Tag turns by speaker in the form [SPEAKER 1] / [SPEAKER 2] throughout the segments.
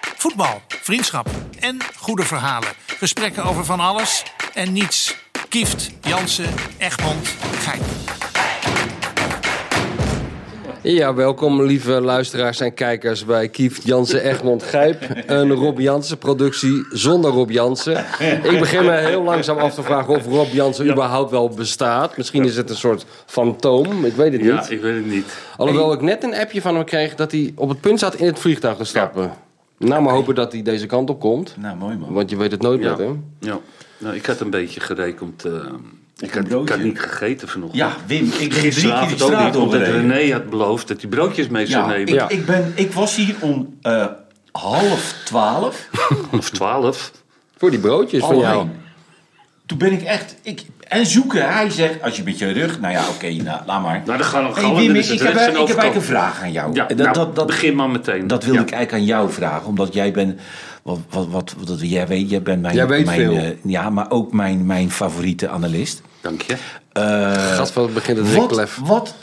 [SPEAKER 1] Voetbal, vriendschap en goede verhalen. Gesprekken over van alles en niets. Kieft, Jansen, Egmond, Gein.
[SPEAKER 2] Ja, welkom lieve luisteraars en kijkers bij Kieft Jansen Egmond Gijp. Een Rob Jansen productie zonder Rob Jansen. Ik begin me heel langzaam af te vragen of Rob Jansen überhaupt wel bestaat. Misschien is het een soort fantoom, ik weet het
[SPEAKER 3] Ja,
[SPEAKER 2] niet.
[SPEAKER 3] ik weet het niet.
[SPEAKER 2] Alhoewel ik net een appje van hem kreeg dat hij op het punt zat in het vliegtuig te stappen. Nou, maar hopen dat hij deze kant op komt.
[SPEAKER 4] Nou, mooi man.
[SPEAKER 2] Want je weet het nooit
[SPEAKER 3] Ja.
[SPEAKER 2] met hem.
[SPEAKER 3] Ja. Nou, ik had een beetje gerekend. eh, ik,
[SPEAKER 4] een
[SPEAKER 3] had, ik
[SPEAKER 4] broodje.
[SPEAKER 3] had niet gegeten vanochtend.
[SPEAKER 4] Ja, Wim, ik ben drie keer de
[SPEAKER 3] Gisteravond ook
[SPEAKER 4] straat
[SPEAKER 3] niet, omdat
[SPEAKER 4] overreden.
[SPEAKER 3] René had beloofd dat hij broodjes mee zou
[SPEAKER 4] Ja, ik,
[SPEAKER 3] nemen.
[SPEAKER 2] Ja.
[SPEAKER 4] Ik, ben, ik was hier om eh, half twaalf.
[SPEAKER 3] Of twaalf.
[SPEAKER 2] Voor die broodjes van jou.
[SPEAKER 4] Alleen. Toen ben ik echt... Ik, en zoeken. Hij zegt, als je met je rug... Nou ja, oké, nou, laat maar.
[SPEAKER 3] Nou, dan gaan we
[SPEAKER 4] Hey,
[SPEAKER 3] gewoon.
[SPEAKER 4] Wim,
[SPEAKER 3] dan
[SPEAKER 4] ik,
[SPEAKER 3] is
[SPEAKER 4] heb,
[SPEAKER 3] het
[SPEAKER 4] ik heb
[SPEAKER 3] rechts en
[SPEAKER 4] eigenlijk een
[SPEAKER 3] overkant.
[SPEAKER 4] vraag aan jou.
[SPEAKER 3] Ja,
[SPEAKER 4] dat,
[SPEAKER 3] nou,
[SPEAKER 4] dat, dat,
[SPEAKER 3] begin maar meteen.
[SPEAKER 4] dat wilde
[SPEAKER 3] Ja.
[SPEAKER 4] ik eigenlijk aan jou vragen. Omdat jij bent... Wat, wat, wat, wat, jij, weet, jij bent mijn...
[SPEAKER 2] Jij weet
[SPEAKER 4] mijn,
[SPEAKER 2] veel.
[SPEAKER 4] eh, ja, maar ook mijn, mijn favoriete analist.
[SPEAKER 3] Dank je.
[SPEAKER 2] Gat van het begin het
[SPEAKER 4] Wat,
[SPEAKER 2] Riklef.
[SPEAKER 4] wat,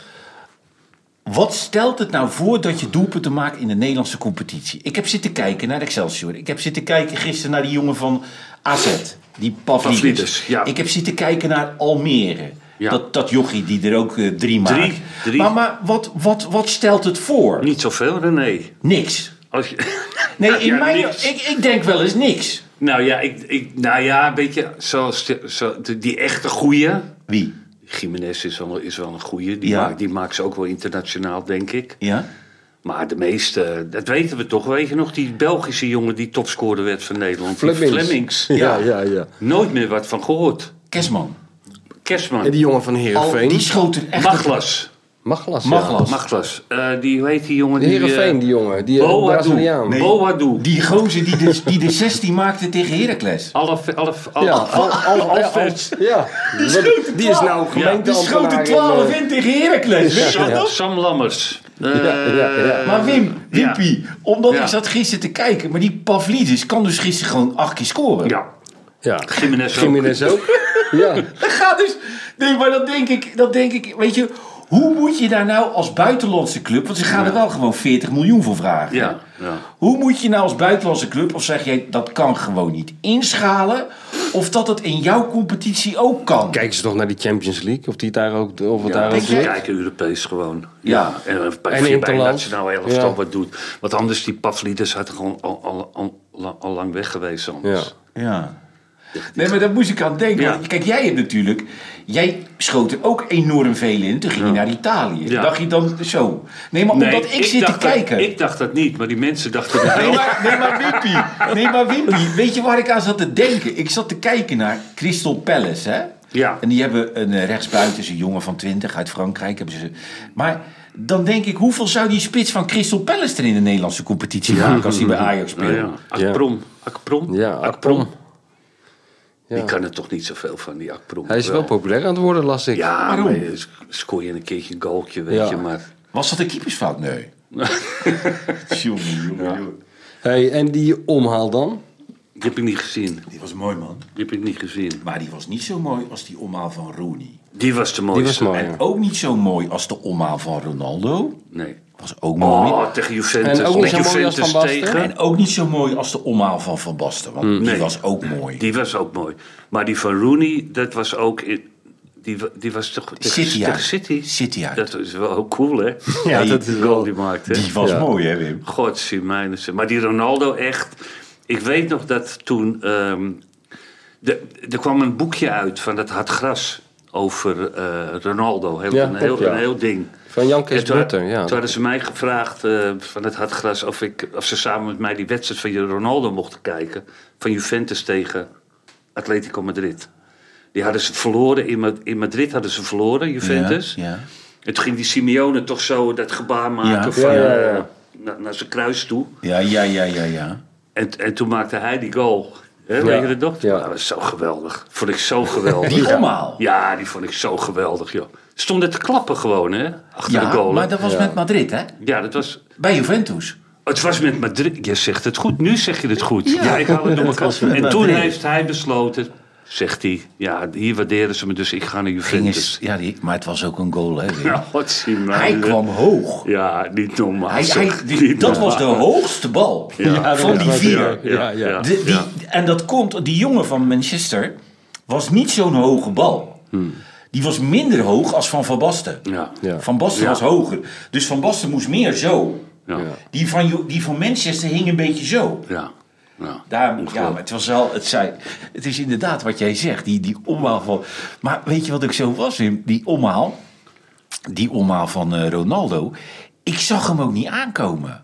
[SPEAKER 4] wat stelt het nou voor dat je doelpunten maakt in de Nederlandse competitie? Ik heb zitten kijken naar Excelsior. Ik heb zitten kijken gisteren naar die jongen van AZ. Die Pavlidis.
[SPEAKER 3] Pavlidis, ja.
[SPEAKER 4] Ik heb zitten kijken naar Almere.
[SPEAKER 3] Ja.
[SPEAKER 4] Dat, dat jochie die er ook eh, drie maakt.
[SPEAKER 3] drie.
[SPEAKER 4] Maar, maar wat, wat, wat stelt het voor?
[SPEAKER 3] Niet zoveel, René.
[SPEAKER 4] Niks.
[SPEAKER 3] Als je...
[SPEAKER 4] Nee,
[SPEAKER 3] Ja,
[SPEAKER 4] in mijn,
[SPEAKER 3] niks.
[SPEAKER 4] Ik, ik denk wel eens niks.
[SPEAKER 3] Nou ja, ik, ik, nou ja, weet je, zoals de- zo, de- die echte goeie.
[SPEAKER 4] Wie?
[SPEAKER 3] Jiménez is wel, is wel een goeie. Die,
[SPEAKER 4] Ja.
[SPEAKER 3] maakt, die maakt ze ook wel internationaal, denk ik.
[SPEAKER 4] Ja?
[SPEAKER 3] Maar de meeste, dat weten we toch. Weet je nog, die Belgische jongen die topscorer werd van Nederland. die
[SPEAKER 2] Flemings.
[SPEAKER 3] Flemings.
[SPEAKER 2] Ja, ja, ja.
[SPEAKER 3] Nooit meer wat van gehoord.
[SPEAKER 4] Kersman.
[SPEAKER 2] En
[SPEAKER 3] Kerstman.
[SPEAKER 2] die jongen van
[SPEAKER 4] Al, die
[SPEAKER 2] Heerenveen.
[SPEAKER 4] schoten echt...
[SPEAKER 3] Maglas.
[SPEAKER 2] Maglas. ja.
[SPEAKER 4] Maglas.
[SPEAKER 3] Maglas. Eh, die, hoe heet die jongen?
[SPEAKER 2] De Heerenveen,
[SPEAKER 3] eh,
[SPEAKER 2] die jongen. Die eh,
[SPEAKER 3] Boadu.
[SPEAKER 2] Braziliaan.
[SPEAKER 4] Nee.
[SPEAKER 3] Boadu.
[SPEAKER 4] Die gozer die de, die de 16 maakte tegen Heracles.
[SPEAKER 3] Alf, Alf, Alf,
[SPEAKER 2] Ja, al,
[SPEAKER 3] Alf-
[SPEAKER 2] al, al,
[SPEAKER 3] Alfreds.
[SPEAKER 2] ja. Die, die is nou
[SPEAKER 4] Die schoten
[SPEAKER 2] gemeenteambtenaar.
[SPEAKER 4] 12
[SPEAKER 3] eh,
[SPEAKER 4] in tegen Heracles. Weet je
[SPEAKER 3] Sam,
[SPEAKER 4] dat?
[SPEAKER 3] Sam Lammers. Eh,
[SPEAKER 2] ja, ja.
[SPEAKER 4] Maar Wim,
[SPEAKER 3] Ja.
[SPEAKER 4] Wimpie, omdat
[SPEAKER 3] Ja.
[SPEAKER 4] ik zat gisteren te kijken, maar die Pavlidis kan dus gisteren gewoon acht keer scoren.
[SPEAKER 3] Ja,
[SPEAKER 2] Ja.
[SPEAKER 3] Jiménez ook.
[SPEAKER 2] Jiménez ook. Ja.
[SPEAKER 4] Dat gaat dus. Nee, maar dat denk ik, dat denk ik, weet je, hoe moet je daar nou als buitenlandse club, want ze gaan er wel gewoon 40 miljoen voor vragen.
[SPEAKER 3] Ja,
[SPEAKER 4] hè?
[SPEAKER 3] ja.
[SPEAKER 4] Hoe moet je nou als buitenlandse club, of zeg jij dat kan gewoon niet inschalen, of dat het in jouw competitie ook kan?
[SPEAKER 2] Kijken ze toch naar die Champions League? Of die het daar ook, of het daar
[SPEAKER 3] Ja,
[SPEAKER 2] ook
[SPEAKER 3] ze
[SPEAKER 4] je?
[SPEAKER 2] lukt?
[SPEAKER 3] kijken Europees gewoon.
[SPEAKER 4] Ja.
[SPEAKER 3] En, eh, bij,
[SPEAKER 2] En
[SPEAKER 3] en bij
[SPEAKER 2] Interland.
[SPEAKER 3] nationale elftal
[SPEAKER 2] Ja.
[SPEAKER 3] nou wat doet. Want anders, die Pavlidis had gewoon al, al, al, al, al lang weg geweest anders.
[SPEAKER 2] Ja.
[SPEAKER 4] Ja. Nee, maar daar moest ik aan denken.
[SPEAKER 3] Ja.
[SPEAKER 4] want Kijk, jij hebt natuurlijk... Jij schoot er ook enorm veel in. Toen ging je naar Italië.
[SPEAKER 3] Ja.
[SPEAKER 4] Dacht je dan zo. Nee, maar omdat ik, zit te
[SPEAKER 3] dacht dat-
[SPEAKER 4] kijken...
[SPEAKER 3] ik dacht dat niet, maar die mensen dachten dat
[SPEAKER 4] Nee,
[SPEAKER 3] wel.
[SPEAKER 4] maar, nee, maar Wimpy. Nee, maar Wimpy. Weet je waar ik aan zat te denken? Ik zat te kijken naar Crystal Palace, hè?
[SPEAKER 3] Ja.
[SPEAKER 4] En die hebben een eh, rechtsbuiten, is een jongen van 20 uit Frankrijk. Hebben ze. Maar dan denk ik, hoeveel zou die spits van Crystal Palace er in de Nederlandse competitie maken als hij bij Ajax speelt?
[SPEAKER 3] Nou ja, Akprom. Akprom?
[SPEAKER 2] Ja, Akprom.
[SPEAKER 3] Die kan er toch niet zoveel van, die Akprom.
[SPEAKER 2] Hij is wel populair aan het worden, las ik.
[SPEAKER 3] Ja,
[SPEAKER 4] Waarom?
[SPEAKER 3] maar je sc- scoor je een keertje een goaltje, weet
[SPEAKER 2] Ja.
[SPEAKER 3] je. Maar
[SPEAKER 4] Was dat een keepersfout? Nee. jongen, jongen, jongen.
[SPEAKER 2] Hey, en die omhaal dan?
[SPEAKER 3] die heb ik niet gezien.
[SPEAKER 4] Die was mooi, man.
[SPEAKER 3] Die heb ik niet gezien.
[SPEAKER 4] Maar die was niet zo mooi als die omhaal van Rooney.
[SPEAKER 3] Die was de
[SPEAKER 2] Die
[SPEAKER 3] mooiste.
[SPEAKER 2] was mooi.
[SPEAKER 4] En ook niet zo mooi als de omhaal van Ronaldo.
[SPEAKER 3] Nee.
[SPEAKER 4] Was ook mooi.
[SPEAKER 3] Oh, tegen Juventus.
[SPEAKER 2] En ook niet
[SPEAKER 3] Met
[SPEAKER 2] zo mooi als
[SPEAKER 3] Juventus
[SPEAKER 2] Van Basten.
[SPEAKER 3] tegen.
[SPEAKER 4] En ook niet zo mooi als de omhaal van Van Basten. Want die
[SPEAKER 3] Nee.
[SPEAKER 4] was ook mooi.
[SPEAKER 3] Die was ook mooi. Maar die van Rooney, dat was ook... In, die, wa- die was toch... tegen-
[SPEAKER 4] City
[SPEAKER 3] tegen
[SPEAKER 4] uit.
[SPEAKER 3] City.
[SPEAKER 4] City uit.
[SPEAKER 3] Dat is wel ook cool, hè?
[SPEAKER 2] Ja,
[SPEAKER 3] Die
[SPEAKER 2] dat is
[SPEAKER 3] goal
[SPEAKER 2] wel-
[SPEAKER 3] Die maakte. hè?
[SPEAKER 4] Die was
[SPEAKER 2] Ja.
[SPEAKER 4] mooi, hè Wim?
[SPEAKER 3] Godzie mijnense. Maar die Ronaldo echt... Ik weet nog dat toen... ehm, de, er kwam een boekje uit van dat hard gras over eh, Ronaldo. Heel,
[SPEAKER 2] Ja,
[SPEAKER 3] een, heel,
[SPEAKER 2] klopt, ja.
[SPEAKER 3] een heel ding.
[SPEAKER 2] Van Jan Kees
[SPEAKER 3] En toen-
[SPEAKER 2] Butter, ja.
[SPEAKER 3] Toen hadden ze mij gevraagd eh, van het hartgras of, ik, of ze samen met mij die wedstrijd van Ronaldo mochten kijken. Van Juventus tegen Atletico Madrid. Die hadden ze verloren, in, Ma- in Madrid hadden ze verloren, Juventus.
[SPEAKER 4] Ja, ja.
[SPEAKER 3] En toen ging die Simeone toch zo dat gebaar maken
[SPEAKER 4] Ja.
[SPEAKER 3] van,
[SPEAKER 2] Ja, ja, ja.
[SPEAKER 3] eh, na- naar zijn kruis toe.
[SPEAKER 4] Ja, ja, ja, ja, ja.
[SPEAKER 3] En, en toen maakte hij die goal. Hè, weet je dat nog?
[SPEAKER 2] Ja.
[SPEAKER 3] Nou, dat was zo geweldig. Vond ik zo geweldig.
[SPEAKER 4] Die
[SPEAKER 3] ja.
[SPEAKER 4] omhaal.
[SPEAKER 3] Ja, die vond ik zo geweldig, joh. Stonden te klappen gewoon, hè? Achter de goal. hè?
[SPEAKER 4] maar dat was
[SPEAKER 2] Ja.
[SPEAKER 4] met Madrid, hè?
[SPEAKER 3] Ja, dat was...
[SPEAKER 4] Bij Juventus.
[SPEAKER 3] Het was met Madrid. Je zegt het goed. Nu zeg je het goed. Ja, ik hou het door elkaar.
[SPEAKER 4] met
[SPEAKER 3] En toen
[SPEAKER 4] Madrid.
[SPEAKER 3] heeft hij besloten... zegt hij, ja, hier waarderen ze me, dus ik ga naar
[SPEAKER 4] Ging
[SPEAKER 3] Juventus.
[SPEAKER 4] eens- ja, die, maar het was ook een goal, hè? Wim?
[SPEAKER 3] Godzijdank.
[SPEAKER 4] Hij kwam hoog.
[SPEAKER 3] Ja, niet normaal.
[SPEAKER 4] Hij, hij,
[SPEAKER 3] zeg.
[SPEAKER 4] die-
[SPEAKER 3] Niet
[SPEAKER 4] dat was de
[SPEAKER 3] normaal.
[SPEAKER 4] hoogste bal
[SPEAKER 3] Ja,
[SPEAKER 4] van
[SPEAKER 3] ja,
[SPEAKER 4] die vier.
[SPEAKER 3] Ja, ja,
[SPEAKER 2] Ja, ja.
[SPEAKER 3] ja.
[SPEAKER 4] De- die,
[SPEAKER 3] ja.
[SPEAKER 4] En dat komt, die jongen van Manchester was niet zo'n hoge bal. Die was minder hoog als van Van Basten.
[SPEAKER 3] Hmm. Ja.
[SPEAKER 2] Ja.
[SPEAKER 4] Van Basten
[SPEAKER 3] Ja.
[SPEAKER 4] was hoger. Dus Van Basten moest meer zo.
[SPEAKER 3] Ja.
[SPEAKER 4] Die van, Jo- die van Manchester hing een beetje zo.
[SPEAKER 3] Ja. Ja.
[SPEAKER 4] Daar, ja,
[SPEAKER 3] Ongelooflijk.
[SPEAKER 4] maar het was wel, het, zei, het is inderdaad wat jij zegt, die, die omhaal van. Maar weet je wat ik zo was, Wim? Die omhaal, die omhaal van eh, Ronaldo, ik zag hem ook niet aankomen.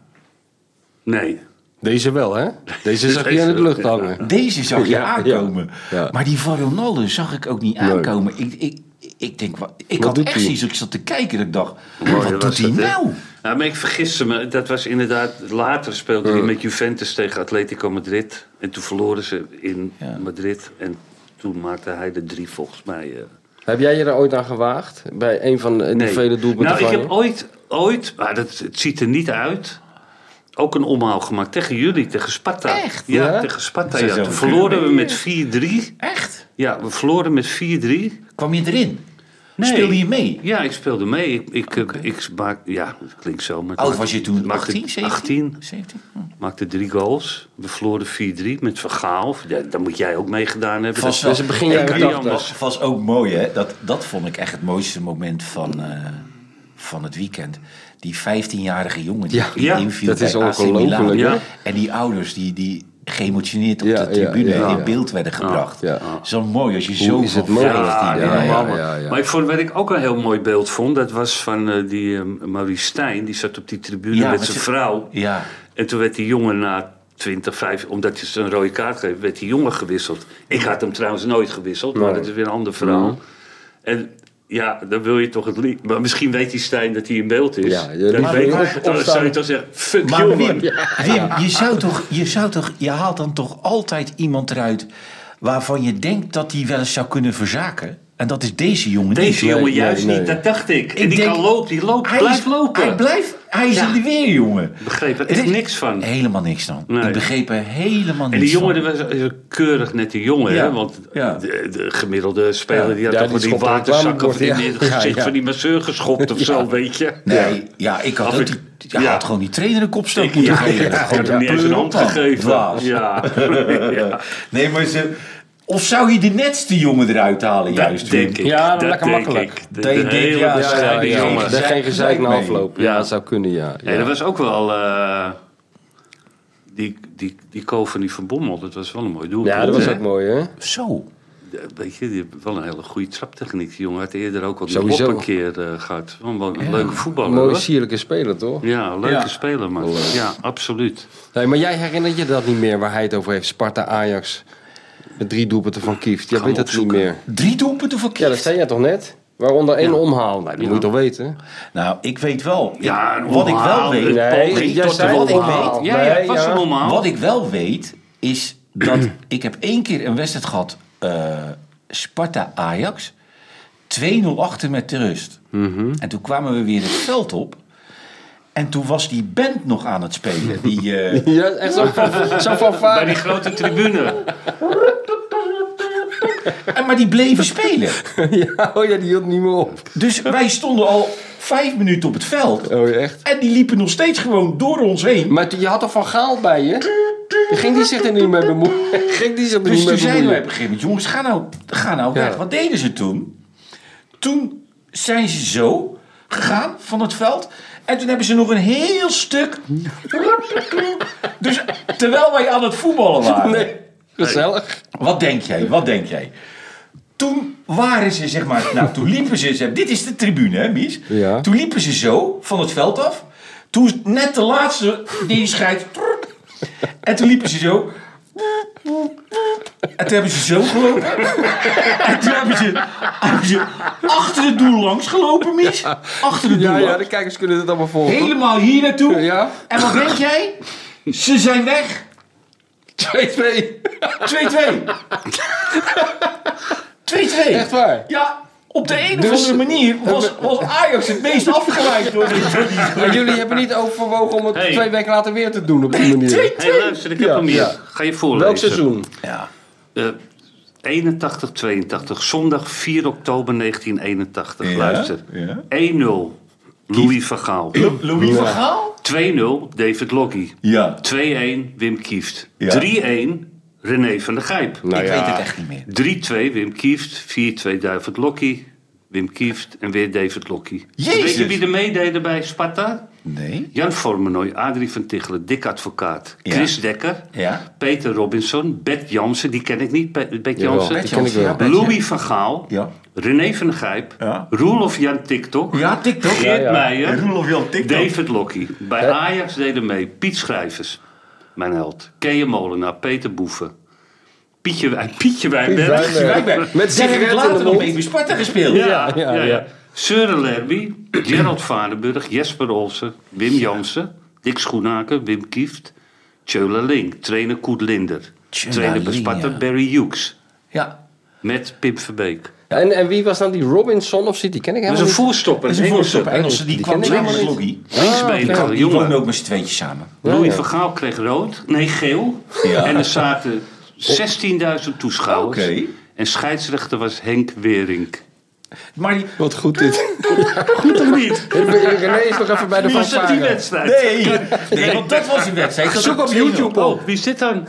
[SPEAKER 3] Nee.
[SPEAKER 2] Deze wel, hè? Deze zag je
[SPEAKER 3] Deze,
[SPEAKER 2] in de lucht
[SPEAKER 3] ja.
[SPEAKER 2] hangen.
[SPEAKER 4] Deze zag je
[SPEAKER 2] Ja,
[SPEAKER 4] aankomen.
[SPEAKER 2] ja, ja.
[SPEAKER 4] Maar die van Ronaldo zag ik ook niet
[SPEAKER 2] Nee.
[SPEAKER 4] aankomen. Ik, ik, ik denk, wat, ik
[SPEAKER 2] Wat
[SPEAKER 4] had
[SPEAKER 2] doet
[SPEAKER 4] echt
[SPEAKER 2] hij?
[SPEAKER 4] zoiets, ik zat te kijken en ik dacht,
[SPEAKER 3] Mooi
[SPEAKER 4] wat doet
[SPEAKER 3] was
[SPEAKER 4] hij
[SPEAKER 3] dat, hè?
[SPEAKER 4] nou?
[SPEAKER 3] Ja, maar ik vergiste me. Dat was inderdaad... Later speelde hij met Juventus tegen Atletico Madrid. En toen verloren ze in
[SPEAKER 4] Ja.
[SPEAKER 3] Madrid. En toen maakte hij de drie volgens mij... eh,
[SPEAKER 2] Heb jij je er ooit aan gewaagd? Bij een van de die vele doelpunten
[SPEAKER 3] Nou, ik
[SPEAKER 2] van je?
[SPEAKER 3] heb ooit, ooit maar dat, het ziet er niet uit, ook een omhaal gemaakt. Tegen jullie, tegen Sparta.
[SPEAKER 4] Echt?
[SPEAKER 3] Ja,
[SPEAKER 2] Ja?
[SPEAKER 3] tegen Sparta.
[SPEAKER 4] Zo,
[SPEAKER 3] Ja.
[SPEAKER 4] zo.
[SPEAKER 3] Toen verloren we met 4-3.
[SPEAKER 4] Echt?
[SPEAKER 3] Ja, we verloren met 4-3.
[SPEAKER 4] Kwam je erin?
[SPEAKER 3] Nee.
[SPEAKER 4] Speelde je mee?
[SPEAKER 3] Ja, ik speelde mee. Ik, ik, eh, ik maak, ja, dat klinkt zo. Maar
[SPEAKER 4] Oud was je toen?
[SPEAKER 3] maakte
[SPEAKER 4] 18, 17?
[SPEAKER 3] 18.
[SPEAKER 4] 17? Hm.
[SPEAKER 3] Maakte drie goals. We verloren 4-3 met Van Gaal. Ja, daar moet jij ook meegedaan hebben. Dat-
[SPEAKER 4] Vast wel.
[SPEAKER 2] Dus het begin
[SPEAKER 4] En
[SPEAKER 2] jaren
[SPEAKER 4] Guillaume
[SPEAKER 2] 80.
[SPEAKER 4] was, was ook mooi, hè? Dat, dat vond ik echt het mooiste moment van, eh, van het weekend. Die 15-jarige jongen die,
[SPEAKER 2] Ja,
[SPEAKER 4] die
[SPEAKER 3] ja,
[SPEAKER 4] inviel
[SPEAKER 2] dat
[SPEAKER 4] bij
[SPEAKER 2] is
[SPEAKER 4] AC
[SPEAKER 2] ongelooflijk,
[SPEAKER 4] Milan.
[SPEAKER 3] hè?
[SPEAKER 4] En die ouders die, die geëmotioneerd op
[SPEAKER 2] Ja,
[SPEAKER 4] de
[SPEAKER 2] ja,
[SPEAKER 4] tribune
[SPEAKER 2] ja, ja.
[SPEAKER 4] in beeld werden gebracht.
[SPEAKER 2] Ja.
[SPEAKER 4] Zo mooi als je zo
[SPEAKER 2] is het
[SPEAKER 4] van
[SPEAKER 2] mogelijk?
[SPEAKER 4] 15
[SPEAKER 2] Ja,
[SPEAKER 4] jaar-
[SPEAKER 2] ja,
[SPEAKER 3] maar-
[SPEAKER 2] ja, ja.
[SPEAKER 3] Maar ik vond, wat ik ook een heel mooi beeld vond, dat was van eh, die eh, Maurice Stijn. Die zat op die tribune
[SPEAKER 4] Ja,
[SPEAKER 3] met
[SPEAKER 4] want
[SPEAKER 3] zijn
[SPEAKER 4] je-
[SPEAKER 3] vrouw.
[SPEAKER 4] Ja.
[SPEAKER 3] En toen werd die jongen na 20, 5, omdat hij ze een rode kaart geeft, werd die jongen gewisseld. Ik had hem trouwens nooit gewisseld, maar dat is weer een ander verhaal.
[SPEAKER 2] Mhm.
[SPEAKER 3] En ja, dan wil je toch het lief. Maar misschien weet die Stijn dat hij in beeld is.
[SPEAKER 2] Ja, je liefst
[SPEAKER 3] dat weet
[SPEAKER 2] wil je
[SPEAKER 3] je. Dan
[SPEAKER 2] opstaan.
[SPEAKER 3] zou je toch zeggen, fuck
[SPEAKER 4] Maar
[SPEAKER 3] you
[SPEAKER 4] Wim,
[SPEAKER 3] man.
[SPEAKER 4] Wim je, zou toch, je, zou toch, je haalt dan toch altijd iemand eruit waarvan je denkt dat die wel eens zou kunnen verzaken. En dat is deze jongen. niet.
[SPEAKER 3] Deze jongen
[SPEAKER 2] nee,
[SPEAKER 3] juist
[SPEAKER 2] nee.
[SPEAKER 3] niet, dat dacht ik. en
[SPEAKER 4] Ik
[SPEAKER 3] die
[SPEAKER 4] denk-
[SPEAKER 3] kan lopen, die loopt,
[SPEAKER 4] Hij
[SPEAKER 3] blijft
[SPEAKER 4] is-
[SPEAKER 3] lopen.
[SPEAKER 4] Hij, blijft, hij is
[SPEAKER 3] Ja.
[SPEAKER 4] in de weer, jongen.
[SPEAKER 3] begreep er echt
[SPEAKER 4] Het is-
[SPEAKER 3] niks van.
[SPEAKER 4] Helemaal niks dan.
[SPEAKER 3] Nee.
[SPEAKER 4] Ik begreep er helemaal niks
[SPEAKER 3] En die jongen
[SPEAKER 4] van.
[SPEAKER 3] was is een keurig nette jongen,
[SPEAKER 4] Ja,
[SPEAKER 3] hè? Want
[SPEAKER 4] ja.
[SPEAKER 3] de, de gemiddelde speler
[SPEAKER 2] Ja,
[SPEAKER 3] die had
[SPEAKER 2] ja,
[SPEAKER 3] toch wel
[SPEAKER 2] die
[SPEAKER 3] die
[SPEAKER 2] schopt er
[SPEAKER 3] waterzakken of die
[SPEAKER 2] reclamebord,
[SPEAKER 3] in het
[SPEAKER 2] ja.
[SPEAKER 3] gezicht
[SPEAKER 2] Ja, ja.
[SPEAKER 3] van die masseur geschopt of zo, weet je.
[SPEAKER 4] Nee, ja, ik had,
[SPEAKER 3] Of
[SPEAKER 4] ook
[SPEAKER 3] ik-
[SPEAKER 4] die, ja,
[SPEAKER 3] ja.
[SPEAKER 4] had gewoon die trainer een kopstoot
[SPEAKER 3] Ja,
[SPEAKER 4] moeten
[SPEAKER 3] ja,
[SPEAKER 4] geven.
[SPEAKER 3] ik
[SPEAKER 4] Gewoon
[SPEAKER 3] had hem niet eens een
[SPEAKER 4] pleur
[SPEAKER 3] hand
[SPEAKER 4] op dan.
[SPEAKER 3] gegeven.
[SPEAKER 4] Dwaas.
[SPEAKER 3] Ja. ja.
[SPEAKER 4] Nee, maar ze... Of zou je de netste jongen eruit halen juist?
[SPEAKER 3] Dat denk
[SPEAKER 4] Wim?
[SPEAKER 3] ik.
[SPEAKER 2] Ja,
[SPEAKER 3] dat
[SPEAKER 2] lekker
[SPEAKER 3] denk
[SPEAKER 2] makkelijk.
[SPEAKER 3] ik. De,
[SPEAKER 4] Dat
[SPEAKER 3] de
[SPEAKER 4] je denkt,
[SPEAKER 3] hele
[SPEAKER 2] Ja,
[SPEAKER 4] ja,
[SPEAKER 2] ja,
[SPEAKER 3] bescheiden
[SPEAKER 2] ja.
[SPEAKER 3] jongen.
[SPEAKER 4] jongen.
[SPEAKER 2] Daar geen gezeik na
[SPEAKER 4] Nee.
[SPEAKER 2] afloop. Ja,
[SPEAKER 3] Ja.
[SPEAKER 2] dat zou kunnen, ja.
[SPEAKER 3] Nee, dat
[SPEAKER 2] ja.
[SPEAKER 3] was ook wel... eh, die, die, die kool van die Van Bommel, dat was wel een mooi doel.
[SPEAKER 2] Ja, dat was ook mooi, hè?
[SPEAKER 4] Zo.
[SPEAKER 3] Eh, Weet je, die heeft wel een hele goede traptechniek. Die jongen had eerder ook al die
[SPEAKER 2] Sowieso.
[SPEAKER 3] op een keer eh, gehad. Wel Een leuke voetballer,
[SPEAKER 2] Mooie,
[SPEAKER 3] hoor.
[SPEAKER 2] sierlijke speler, toch?
[SPEAKER 3] Ja, leuke
[SPEAKER 4] Ja.
[SPEAKER 3] speler, man. Ja, absoluut.
[SPEAKER 2] Nee, maar jij herinnert je dat niet meer waar hij het over heeft? Sparta-Ajax met drie doelpunten van Kieft. Jij
[SPEAKER 3] Gaan
[SPEAKER 2] weet
[SPEAKER 3] we
[SPEAKER 2] dat niet
[SPEAKER 3] opzoeken.
[SPEAKER 2] meer.
[SPEAKER 4] Drie doelpunten voor
[SPEAKER 2] Ja, dat
[SPEAKER 4] Kieft.
[SPEAKER 2] zei jij toch net? Waaronder één
[SPEAKER 3] Ja.
[SPEAKER 2] omhaal. Nou, die
[SPEAKER 3] Ja.
[SPEAKER 2] moet je toch weten?
[SPEAKER 4] nou, ik weet wel.
[SPEAKER 3] Ja, een
[SPEAKER 4] wat ik wel
[SPEAKER 3] omhaal,
[SPEAKER 4] weet...
[SPEAKER 3] een
[SPEAKER 2] Nee,
[SPEAKER 3] poging
[SPEAKER 2] jij
[SPEAKER 3] tot
[SPEAKER 2] zei
[SPEAKER 3] de
[SPEAKER 4] wat ik
[SPEAKER 2] omhaal.
[SPEAKER 3] weet. Ja, ja, het
[SPEAKER 2] Nee,
[SPEAKER 3] was
[SPEAKER 2] ja.
[SPEAKER 3] een omhaal.
[SPEAKER 4] Wat ik wel weet is dat ik heb één keer een wedstrijd gehad eh, Sparta-Ajax. 2-0 achter met de rust.
[SPEAKER 2] Mhm.
[SPEAKER 4] En toen kwamen we weer het veld op. En toen was die band nog aan het spelen. Die, eh,
[SPEAKER 2] Ja, echt zo van, zo van
[SPEAKER 3] Bij die grote tribune.
[SPEAKER 4] en, maar die bleven spelen.
[SPEAKER 2] Ja, oh ja, die hield niet meer op.
[SPEAKER 4] Dus wij stonden al vijf minuten op het veld.
[SPEAKER 2] Oh, echt?
[SPEAKER 4] En die liepen nog steeds gewoon door ons heen.
[SPEAKER 2] Maar je had toch Van Gaal bij je? Ging die zich er niet mee bemoeien? Ging die zich er
[SPEAKER 4] Dus
[SPEAKER 2] niet mee
[SPEAKER 4] toen zeiden wij
[SPEAKER 2] bemoeien?
[SPEAKER 4] op een gegeven moment... jongens, ga nou, ga nou weg.
[SPEAKER 2] Ja.
[SPEAKER 4] Wat deden ze toen? Toen zijn ze zo gegaan van het veld... en toen hebben ze nog een heel stuk... dus terwijl wij aan het voetballen waren...
[SPEAKER 2] Nee, gezellig.
[SPEAKER 4] Wat denk jij? Wat denk jij? Toen waren ze, zeg maar, nou, toen liepen ze, ze- dit is de tribune, hè, Mies?
[SPEAKER 2] Ja.
[SPEAKER 4] Toen liepen ze zo van het veld af. Toen net de laatste die scheidt. En toen liepen ze zo. En toen hebben ze zo gelopen. En toen hebben ze, hebben ze achter het doel langs gelopen, Mies. Achter het doel
[SPEAKER 2] Ja, ja,
[SPEAKER 4] langs.
[SPEAKER 2] de kijkers kunnen het allemaal volgen.
[SPEAKER 4] Helemaal hier naartoe.
[SPEAKER 2] Ja.
[SPEAKER 4] En wat denk jij? Ze zijn weg.
[SPEAKER 2] 2-2.
[SPEAKER 4] 2-2. 2-2.
[SPEAKER 2] Echt waar?
[SPEAKER 4] Ja, op de een
[SPEAKER 2] Dus-
[SPEAKER 4] of andere manier was, was Ajax het meest afgeleid door die... door die-
[SPEAKER 2] Maar jullie hebben niet overwogen om het
[SPEAKER 3] Hey.
[SPEAKER 2] twee weken later weer te doen op die manier.
[SPEAKER 4] Twee-
[SPEAKER 3] Hé, hey, luister, ik heb
[SPEAKER 2] Ja,
[SPEAKER 3] hem hier.
[SPEAKER 2] ja.
[SPEAKER 3] Ga je voorlezen.
[SPEAKER 2] Welk seizoen?
[SPEAKER 4] Ja.
[SPEAKER 3] Eh, 81, 82. Zondag 4 oktober 1981.
[SPEAKER 4] Ja,
[SPEAKER 3] Luister.
[SPEAKER 4] ja.
[SPEAKER 3] 1-0. Louis van Gaal. 2-0
[SPEAKER 4] Louis van Gaal?
[SPEAKER 3] David Loggie.
[SPEAKER 4] Ja.
[SPEAKER 3] 2-1 Wim Kieft.
[SPEAKER 4] Ja.
[SPEAKER 3] 3-1 René van der Gijp.
[SPEAKER 4] ik
[SPEAKER 2] ja.
[SPEAKER 4] weet het echt niet meer.
[SPEAKER 3] 3-2 Wim Kieft. 4-2 David Loggie. Wim Kieft en weer David Loggie.
[SPEAKER 4] Jezus.
[SPEAKER 3] Weet je wie er meededen bij Sparta?
[SPEAKER 4] Nee.
[SPEAKER 3] Jan Formenooy, Adrie van Tichelen, Dick Advocaat,
[SPEAKER 4] Ja.
[SPEAKER 3] Chris Dekker,
[SPEAKER 4] Ja.
[SPEAKER 3] Peter Robinson, Bet Jansen, die ken ik niet, Pe- Bet
[SPEAKER 2] Jawel,
[SPEAKER 3] Jansen.
[SPEAKER 2] die ken ik wel.
[SPEAKER 4] Bert Jansen.
[SPEAKER 3] Louis van Gaal,
[SPEAKER 4] Ja.
[SPEAKER 3] René van der Gijp,
[SPEAKER 4] Ja.
[SPEAKER 3] Roelof Jan TikTok,
[SPEAKER 4] Ja, TikTok.
[SPEAKER 3] Geert
[SPEAKER 2] ja.
[SPEAKER 3] Meijer,
[SPEAKER 4] Roelof Jan TikTok.
[SPEAKER 3] David Lockie. Bij Ajax deden mee Piet Schrijvers, mijn held, Keeën Molenaar, Peter Boeven, Pietje, Wij- Pietje Wijnberg.
[SPEAKER 2] Piet Wijnberg. Met
[SPEAKER 4] Daar heb ik
[SPEAKER 2] sigaret in
[SPEAKER 4] later
[SPEAKER 2] de
[SPEAKER 4] nog
[SPEAKER 2] mond.
[SPEAKER 4] mee bij Sparta gespeeld.
[SPEAKER 3] Ja,
[SPEAKER 2] Ja,
[SPEAKER 3] ja,
[SPEAKER 2] ja,
[SPEAKER 3] ja.
[SPEAKER 2] ja.
[SPEAKER 3] Søren Lerby, Gerald Vaardenburg, Jesper Olsen, Wim Jansen, Dick Schoenaker, Wim Kieft, Tjöla Ling, trainer Koet Linder,
[SPEAKER 4] Tjöla
[SPEAKER 3] trainer
[SPEAKER 4] Ling,
[SPEAKER 3] Bespatter
[SPEAKER 4] ja.
[SPEAKER 3] Barry Hughes,
[SPEAKER 4] Ja.
[SPEAKER 3] met Pim Verbeek.
[SPEAKER 2] En, en wie was dan die Robinson of zit? Die ken ik
[SPEAKER 3] Dat is
[SPEAKER 2] helemaal
[SPEAKER 3] een
[SPEAKER 2] niet.
[SPEAKER 3] voorstopper,
[SPEAKER 4] Dat is een voorstopper. Engelse, die,
[SPEAKER 2] Die
[SPEAKER 4] kwam
[SPEAKER 2] ken ik
[SPEAKER 4] samen met
[SPEAKER 2] helemaal
[SPEAKER 4] Loggie.
[SPEAKER 3] Linksbeniger
[SPEAKER 2] Ah, oké.
[SPEAKER 4] Die
[SPEAKER 3] jongen.
[SPEAKER 4] wonen ook met z'n tweetjes samen.
[SPEAKER 2] Ja,
[SPEAKER 3] Louis
[SPEAKER 2] ja.
[SPEAKER 3] van Gaal kreeg rood, nee geel.
[SPEAKER 4] Ja.
[SPEAKER 3] En er zaten 16.000 toeschouwers.
[SPEAKER 4] Oké.
[SPEAKER 3] En scheidsrechter was Henk Wering.
[SPEAKER 4] Maar die...
[SPEAKER 2] Wat goed dit.
[SPEAKER 3] Goed of niet?
[SPEAKER 2] René is nog even bij de
[SPEAKER 3] Wie is dat die
[SPEAKER 2] fanfare.
[SPEAKER 3] wedstrijd?
[SPEAKER 4] Nee. nee, want dat was die wedstrijd. Dat
[SPEAKER 2] Zoek
[SPEAKER 4] was
[SPEAKER 2] op YouTube op.
[SPEAKER 3] Oh, wie zit dan?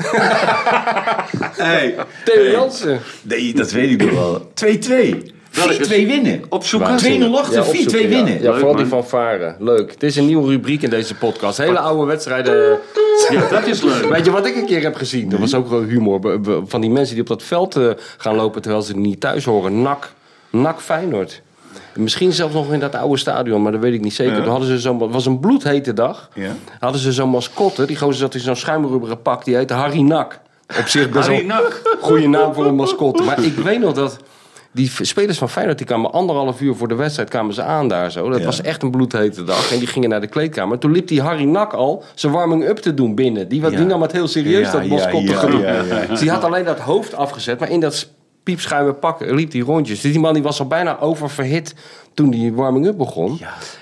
[SPEAKER 4] Hey.
[SPEAKER 2] Theo Jansen.
[SPEAKER 4] Nee, dat weet ik nog wel. 2-2. 4-2 winnen.
[SPEAKER 3] Opzoeken.
[SPEAKER 4] 2-0 achter, 4-2
[SPEAKER 2] opzoeken, ja.
[SPEAKER 4] winnen.
[SPEAKER 2] Ja,
[SPEAKER 3] Leuk,
[SPEAKER 2] vooral die
[SPEAKER 3] man.
[SPEAKER 2] fanfare. Leuk. Het is een nieuwe rubriek in deze podcast. Hele oude wedstrijden.
[SPEAKER 3] Ja, dat is leuk.
[SPEAKER 2] Weet je wat ik een keer heb gezien? Dat was ook wel humor. Be- be- Van die mensen die op dat veld eh, gaan lopen terwijl ze niet thuis horen. Nak, nak Feyenoord. Misschien zelfs nog in dat oude stadion, maar dat weet ik niet zeker. Toen hadden ze zo'n, het was een bloedhete dag.
[SPEAKER 4] Ja.
[SPEAKER 2] Hadden ze zo'n mascotte, die gozer zat in zo'n schuimrubberen pak, die heette Harry Nak. Op zich best wel
[SPEAKER 3] Harry Nak.
[SPEAKER 2] goede naam voor een mascotte. Maar ik weet nog dat die v- spelers van Feyenoord... die kwamen anderhalf uur voor de wedstrijd kwamen ze aan daar zo. Dat
[SPEAKER 4] Ja.
[SPEAKER 2] was echt een bloedhete dag. En die gingen naar de kleedkamer. Toen liep die Harry Nak al zijn warming-up te doen binnen. Die, wat,
[SPEAKER 4] Ja.
[SPEAKER 2] die nam het heel serieus,
[SPEAKER 4] Ja,
[SPEAKER 2] dat
[SPEAKER 4] ja,
[SPEAKER 2] mascotte
[SPEAKER 4] ja,
[SPEAKER 2] gedoe.
[SPEAKER 4] ja, ja.
[SPEAKER 2] Dus die had alleen dat hoofd afgezet. Maar in dat s- piepschuime pak liep die rondjes. Dus die man die was al bijna oververhit toen die warming-up begon.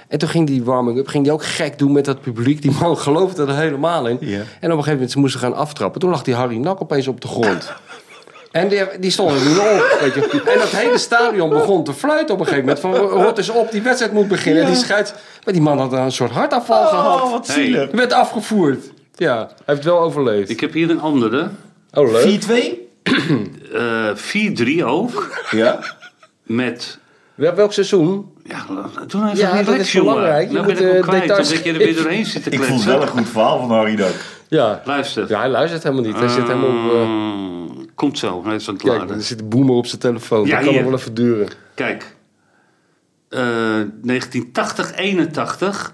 [SPEAKER 2] En toen ging die warming-up ging die ook gek doen met dat publiek. Die man geloofde er helemaal in.
[SPEAKER 4] Ja.
[SPEAKER 2] En op een gegeven moment ze moesten gaan aftrappen. Toen lag die Harry Nak opeens op de grond. En die, die stond er niet op. Weet je. En dat hele stadion begon te fluiten op een gegeven moment. Van rot is op, die wedstrijd moet beginnen. En die scheids... Maar die man had een soort hartaanval
[SPEAKER 4] Oh,
[SPEAKER 2] gehad.
[SPEAKER 4] wat zielig.
[SPEAKER 2] Hij werd afgevoerd. Ja, hij heeft wel overleefd.
[SPEAKER 3] Ik heb hier een andere.
[SPEAKER 2] Oh, leuk.
[SPEAKER 4] 4-2?
[SPEAKER 3] Eh 4-3 ook.
[SPEAKER 4] Ja.
[SPEAKER 3] Met.
[SPEAKER 2] Wel- Welk seizoen?
[SPEAKER 3] Ja, doe nou even
[SPEAKER 2] Ja,
[SPEAKER 3] een
[SPEAKER 2] dat
[SPEAKER 3] relax,
[SPEAKER 2] is
[SPEAKER 3] jongen.
[SPEAKER 2] belangrijk. Je
[SPEAKER 3] nou
[SPEAKER 2] moet,
[SPEAKER 3] ben ik
[SPEAKER 2] eh,
[SPEAKER 3] hem kwijt,
[SPEAKER 2] details-
[SPEAKER 3] omdat je er weer doorheen zit te
[SPEAKER 4] Ik vond
[SPEAKER 3] kletsen.
[SPEAKER 4] het wel een goed verhaal van Harry Dak.
[SPEAKER 2] Ja.
[SPEAKER 3] Luister.
[SPEAKER 2] ja, hij luistert helemaal niet. Hij zit helemaal op... eh,
[SPEAKER 3] Mm, Komt zo, hij is aan het
[SPEAKER 2] kijk,
[SPEAKER 3] laden.
[SPEAKER 2] er zit een boomer op zijn telefoon. dat
[SPEAKER 3] Ja,
[SPEAKER 2] kan nog
[SPEAKER 3] hier.
[SPEAKER 2] wel even duren.
[SPEAKER 3] Kijk. Eh 1980-81.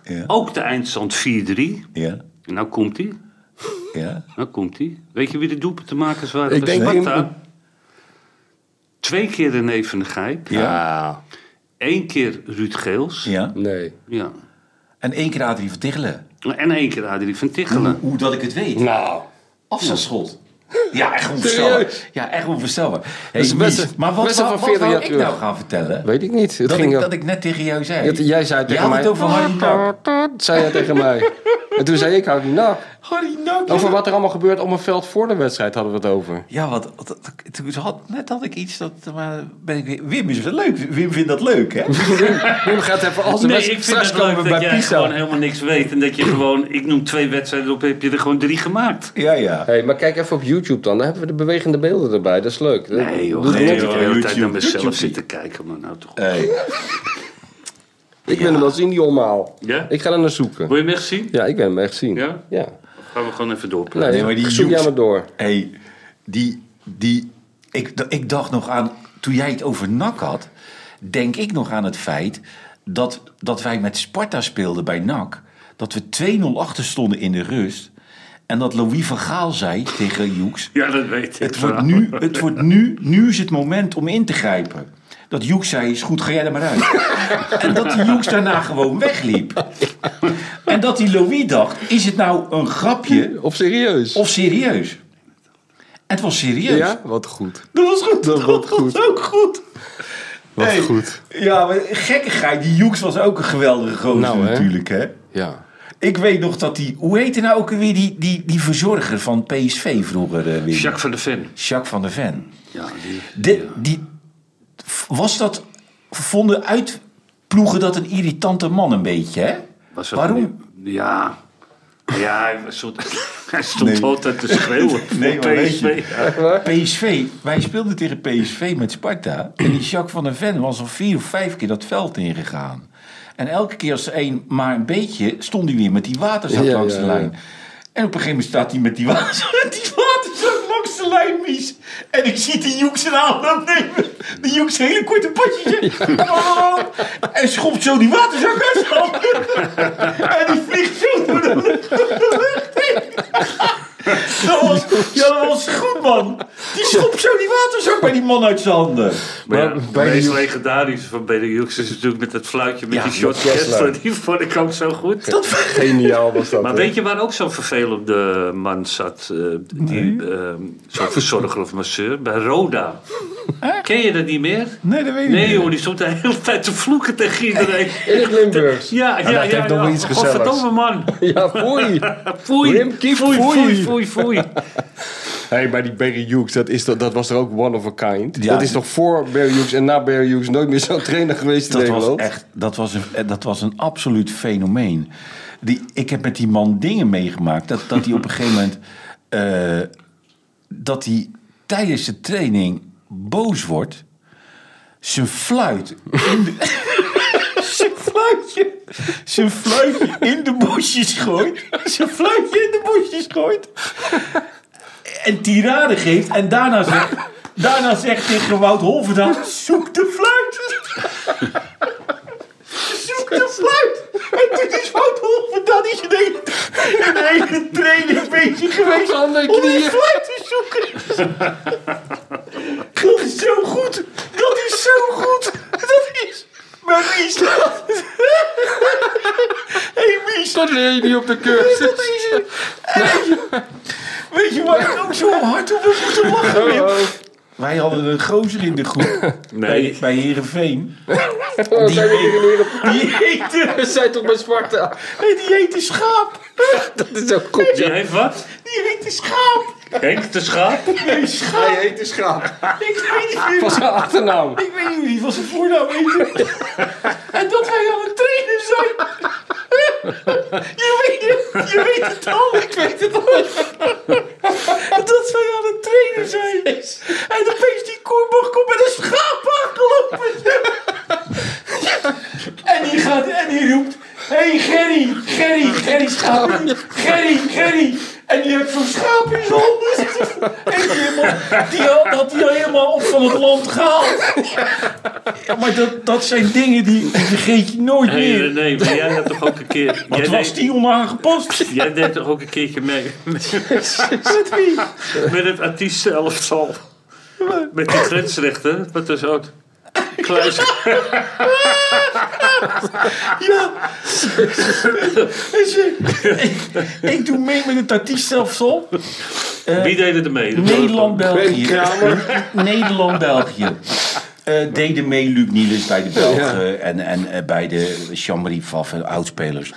[SPEAKER 4] Ja.
[SPEAKER 3] Ook de eindstand 4-3.
[SPEAKER 4] Ja.
[SPEAKER 3] En nou komt hij.
[SPEAKER 4] Ja.
[SPEAKER 3] Nou komt hij. Weet je wie de doelpuntenmakers waren?
[SPEAKER 2] Ik
[SPEAKER 3] bij
[SPEAKER 2] denk
[SPEAKER 3] Sparta?
[SPEAKER 2] in-
[SPEAKER 3] Twee keer René van der Gijp.
[SPEAKER 2] Ja.
[SPEAKER 3] Eén keer Ruud Geels.
[SPEAKER 4] Ja.
[SPEAKER 2] Nee.
[SPEAKER 3] Ja.
[SPEAKER 4] En één keer Adrie van Tichelen.
[SPEAKER 3] En één keer Adrie van Tichelen.
[SPEAKER 4] Hoe dat ik het weet.
[SPEAKER 2] Nou.
[SPEAKER 4] Afstandsschot. Ja, echt onvoorstelbaar.
[SPEAKER 2] Serieus?
[SPEAKER 4] Ja, echt onvoorstelbaar. Hey,
[SPEAKER 2] is het beste-
[SPEAKER 4] Mies, maar wat,
[SPEAKER 2] beste
[SPEAKER 4] wat,
[SPEAKER 2] van
[SPEAKER 4] wat
[SPEAKER 2] 40
[SPEAKER 4] wou
[SPEAKER 2] jaar
[SPEAKER 4] ik
[SPEAKER 2] terug.
[SPEAKER 4] nou gaan vertellen?
[SPEAKER 2] Weet ik niet. Het
[SPEAKER 4] dat,
[SPEAKER 2] ging
[SPEAKER 4] ik,
[SPEAKER 2] om-
[SPEAKER 4] dat ik net tegen jou zei.
[SPEAKER 2] Het- jij zei
[SPEAKER 4] Je
[SPEAKER 2] tegen
[SPEAKER 4] had
[SPEAKER 2] mij...
[SPEAKER 4] het over Harry Dak.
[SPEAKER 2] Dat zei hij tegen mij. En toen zei ik, hou die nak.
[SPEAKER 4] Harry Dak.
[SPEAKER 2] Over wat er allemaal gebeurt op een veld voor de wedstrijd hadden we het over.
[SPEAKER 4] Ja, want dat- dat- toen had, net had ik iets dat. Maar ben ik weer, Wim is wel leuk. Wim vindt dat leuk, hè?
[SPEAKER 2] Wim gaat even als
[SPEAKER 3] Nee, ik vind het leuk dat jij gewoon helemaal niks weet. En dat je gewoon, ik noem twee wedstrijden op, heb je er gewoon drie gemaakt.
[SPEAKER 4] Ja, ja.
[SPEAKER 2] Hey, maar kijk even op YouTube dan. Dan hebben we de bewegende beelden erbij. Dat is leuk.
[SPEAKER 3] Nee joh,
[SPEAKER 2] Doe
[SPEAKER 3] geen
[SPEAKER 2] het
[SPEAKER 3] joh,
[SPEAKER 2] net.
[SPEAKER 3] de hele tijd
[SPEAKER 4] YouTube,
[SPEAKER 3] naar mezelf
[SPEAKER 4] YouTube.
[SPEAKER 3] zitten kijken. Maar nou toch.
[SPEAKER 4] Hey.
[SPEAKER 2] Ik ben hem wel zien, die omhaal.
[SPEAKER 3] Ja?
[SPEAKER 2] Ik ga er naar zoeken.
[SPEAKER 3] Wil je hem echt zien?
[SPEAKER 2] Ja, ik ben hem echt zien.
[SPEAKER 3] Ja?
[SPEAKER 2] Ja.
[SPEAKER 3] Gaan we gewoon even door.
[SPEAKER 2] Nee,
[SPEAKER 4] Nee, maar die
[SPEAKER 2] zoek
[SPEAKER 4] Joep-
[SPEAKER 2] jij maar door.
[SPEAKER 4] Hey, die, die, ik, d- ik dacht nog aan, toen jij het over NAC had, denk ik nog aan het feit dat, dat wij met Sparta speelden bij NAC. Dat we 2-0 achter stonden in de rust. En dat Louis van Gaal zei tegen Joeks,
[SPEAKER 3] Ja, dat weet ik.
[SPEAKER 4] het wordt, nu, het wordt nu, nu is het moment om in te grijpen. Dat Joeks zei, is goed, ga jij er maar uit. en dat die Joeks daarna gewoon wegliep. En dat die Louis dacht, is het nou een grapje
[SPEAKER 2] Of serieus?
[SPEAKER 4] of serieus? Het was serieus.
[SPEAKER 2] Ja, wat goed.
[SPEAKER 4] Dat was goed.
[SPEAKER 2] Dat was
[SPEAKER 4] Dat, was
[SPEAKER 2] goed.
[SPEAKER 4] ook goed.
[SPEAKER 2] Wat
[SPEAKER 4] Hey,
[SPEAKER 2] goed.
[SPEAKER 4] Ja, maar gekkigheid. Die Joeks was ook een geweldige gozer
[SPEAKER 2] Nou, hè.
[SPEAKER 4] natuurlijk, hè?
[SPEAKER 2] Ja.
[SPEAKER 4] Ik weet nog dat die... Hoe heette nou ook weer die, die, die verzorger van PSV vroeger? eh, weer?
[SPEAKER 3] Jacques van der Ven.
[SPEAKER 4] Jacques van der Ven.
[SPEAKER 3] Ja, die,
[SPEAKER 4] De,
[SPEAKER 3] ja.
[SPEAKER 4] die, was dat... Vonden uitploegen dat een irritante man een beetje, hè?
[SPEAKER 3] Was dat
[SPEAKER 4] Waarom?
[SPEAKER 3] een- ja. Ja, hij was zo- hij stond
[SPEAKER 4] Nee.
[SPEAKER 3] altijd te schreeuwen.
[SPEAKER 4] Nee,
[SPEAKER 3] voor
[SPEAKER 4] maar weet
[SPEAKER 3] PSV.
[SPEAKER 4] PSV, wij speelden tegen PSV met Sparta. En die Jacques van der Ven was al vier of vijf keer dat veld ingegaan. En elke keer als er een maar een beetje, stond hij weer met die waterzak
[SPEAKER 2] Ja,
[SPEAKER 4] langs
[SPEAKER 2] ja,
[SPEAKER 4] de
[SPEAKER 2] ja.
[SPEAKER 4] lijn. En op een gegeven moment staat hij met die, water, met die waterzak langs de lijn, Mies. En ik zie die Joeks een aanloop nemen. Die Joeks hele korte potje. En schopt zo die waterzak uit zijn handen. En die vliegt zo door de lucht. Dat was, ja, dat was goed, man. Die schopt zo die waterzak bij die man uit zijn handen.
[SPEAKER 3] Maar ja,
[SPEAKER 2] Maar
[SPEAKER 3] het
[SPEAKER 2] bij de
[SPEAKER 3] meest
[SPEAKER 2] Joek-
[SPEAKER 3] legendarische van Benelux is natuurlijk met dat fluitje met
[SPEAKER 4] Ja,
[SPEAKER 3] die shot
[SPEAKER 2] met Kessler.
[SPEAKER 3] Kessler. Die vond ik ook zo goed.
[SPEAKER 2] Geniaal was dat.
[SPEAKER 3] Maar
[SPEAKER 2] hè?
[SPEAKER 3] weet je waar ook zo'n vervelende man zat? eh, die, ehm, zo'n verzorger of masseur? Bij Roda. Ken je dat niet meer?
[SPEAKER 4] Nee, dat weet ik
[SPEAKER 3] Nee
[SPEAKER 4] niet.
[SPEAKER 3] joh, die stond de hele tijd te vloeken tegen iedereen.
[SPEAKER 2] In het Limburgs.
[SPEAKER 3] Ja, ja,
[SPEAKER 2] dat
[SPEAKER 3] ja.
[SPEAKER 2] heeft nog
[SPEAKER 3] ja.
[SPEAKER 2] wel iets gezelligs.
[SPEAKER 3] Godverdomme man.
[SPEAKER 2] Ja, foei.
[SPEAKER 3] Foei.
[SPEAKER 2] Wim Kieft,
[SPEAKER 3] foei, foei,
[SPEAKER 2] foei.
[SPEAKER 3] foei, foei.
[SPEAKER 2] Hey, bij die Barry Hughes, dat, is, toch- dat was er ook one of a kind.
[SPEAKER 4] Ja.
[SPEAKER 2] Dat is toch voor Barry Hughes en na Barry Hughes nooit meer zo'n trainer geweest in
[SPEAKER 4] Dat was
[SPEAKER 2] Nederland?
[SPEAKER 4] echt, dat was een, eh, dat was een absoluut fenomeen. Die, ik heb met die man dingen meegemaakt. Dat, dat hij op een gegeven moment, eh, dat hij tijdens de training boos wordt. Zijn fluit in de, zijn fluitje, zijn fluitje in de bosjes gooit. Zijn fluitje in de bosjes gooit. En tirade geeft en daarna zegt, daarna zegt tegen Wout Holverdaal, zoek de fluit. Zoek de fluit! En toen is Wout Holverdaal die in de in de hele training bezig geweest
[SPEAKER 2] Op andere
[SPEAKER 4] om die
[SPEAKER 2] knieën.
[SPEAKER 4] fluit te zoeken. Dat is zo goed! Dat is zo goed! Dat is... Maar wie is dat? Hé hey, Mies,
[SPEAKER 2] Dat leer je niet op de cursus.
[SPEAKER 4] dat is het. En Weet je waar ik ook zo hard op heb moeten lachen? Wim? Oh, Wij hadden een gozer in de groep. Bij, bij Heerenveen.
[SPEAKER 2] Oh,
[SPEAKER 4] Die, die heette...
[SPEAKER 2] We zijn toch bij Sparta?
[SPEAKER 4] Die heette Schaap.
[SPEAKER 2] Dat is ook goed,
[SPEAKER 3] Die
[SPEAKER 2] ja.
[SPEAKER 3] heeft wat?
[SPEAKER 4] Die heette Schaap.
[SPEAKER 3] Henk de Schaap?
[SPEAKER 4] Nee, Schaap.
[SPEAKER 2] Hij heet de schaap.
[SPEAKER 4] Ik weet niet meer.
[SPEAKER 2] Was zijn achternaam.
[SPEAKER 4] Ik weet niet wie van zijn voornaam heette. En dat wij aan het trainen zijn. Je weet het, je weet het al. Ik weet het al. Dat wij aan het trainen zijn. En opeens die koerbach komt met een schaap aangelopen. En die gaat en die roept. Hé hey Gerry, Gerry, Gerry schaap. Gerry, Gerry. En die heeft zo'n schaap in zijn handen zitten. En die, helemaal, die had, had die al helemaal op van het land gehaald. Ja, maar dat, dat zijn dingen die, die vergeet je nooit
[SPEAKER 3] Nee,
[SPEAKER 4] meer.
[SPEAKER 3] nee, nee, maar jij had toch ook een keer...
[SPEAKER 4] Wat
[SPEAKER 3] jij
[SPEAKER 4] was
[SPEAKER 3] deed-
[SPEAKER 4] die onaangepast?
[SPEAKER 3] Jij deed toch ook een keertje mee met,
[SPEAKER 4] Met wie?
[SPEAKER 3] met het artiestenelftal? Met die grensrechter? Wat is ook... Kluis.
[SPEAKER 4] Ja. En ze- ik, ik doe mee met het artiestenstelsel.
[SPEAKER 3] Wie deed er mee?
[SPEAKER 2] Ben
[SPEAKER 4] Nederland-België.
[SPEAKER 2] Kramer.
[SPEAKER 4] Nederland-België. Eh, deden mee Luc Niels bij de Belgen en, en eh, bij de Jean-Marie Pfaff en oudspelers.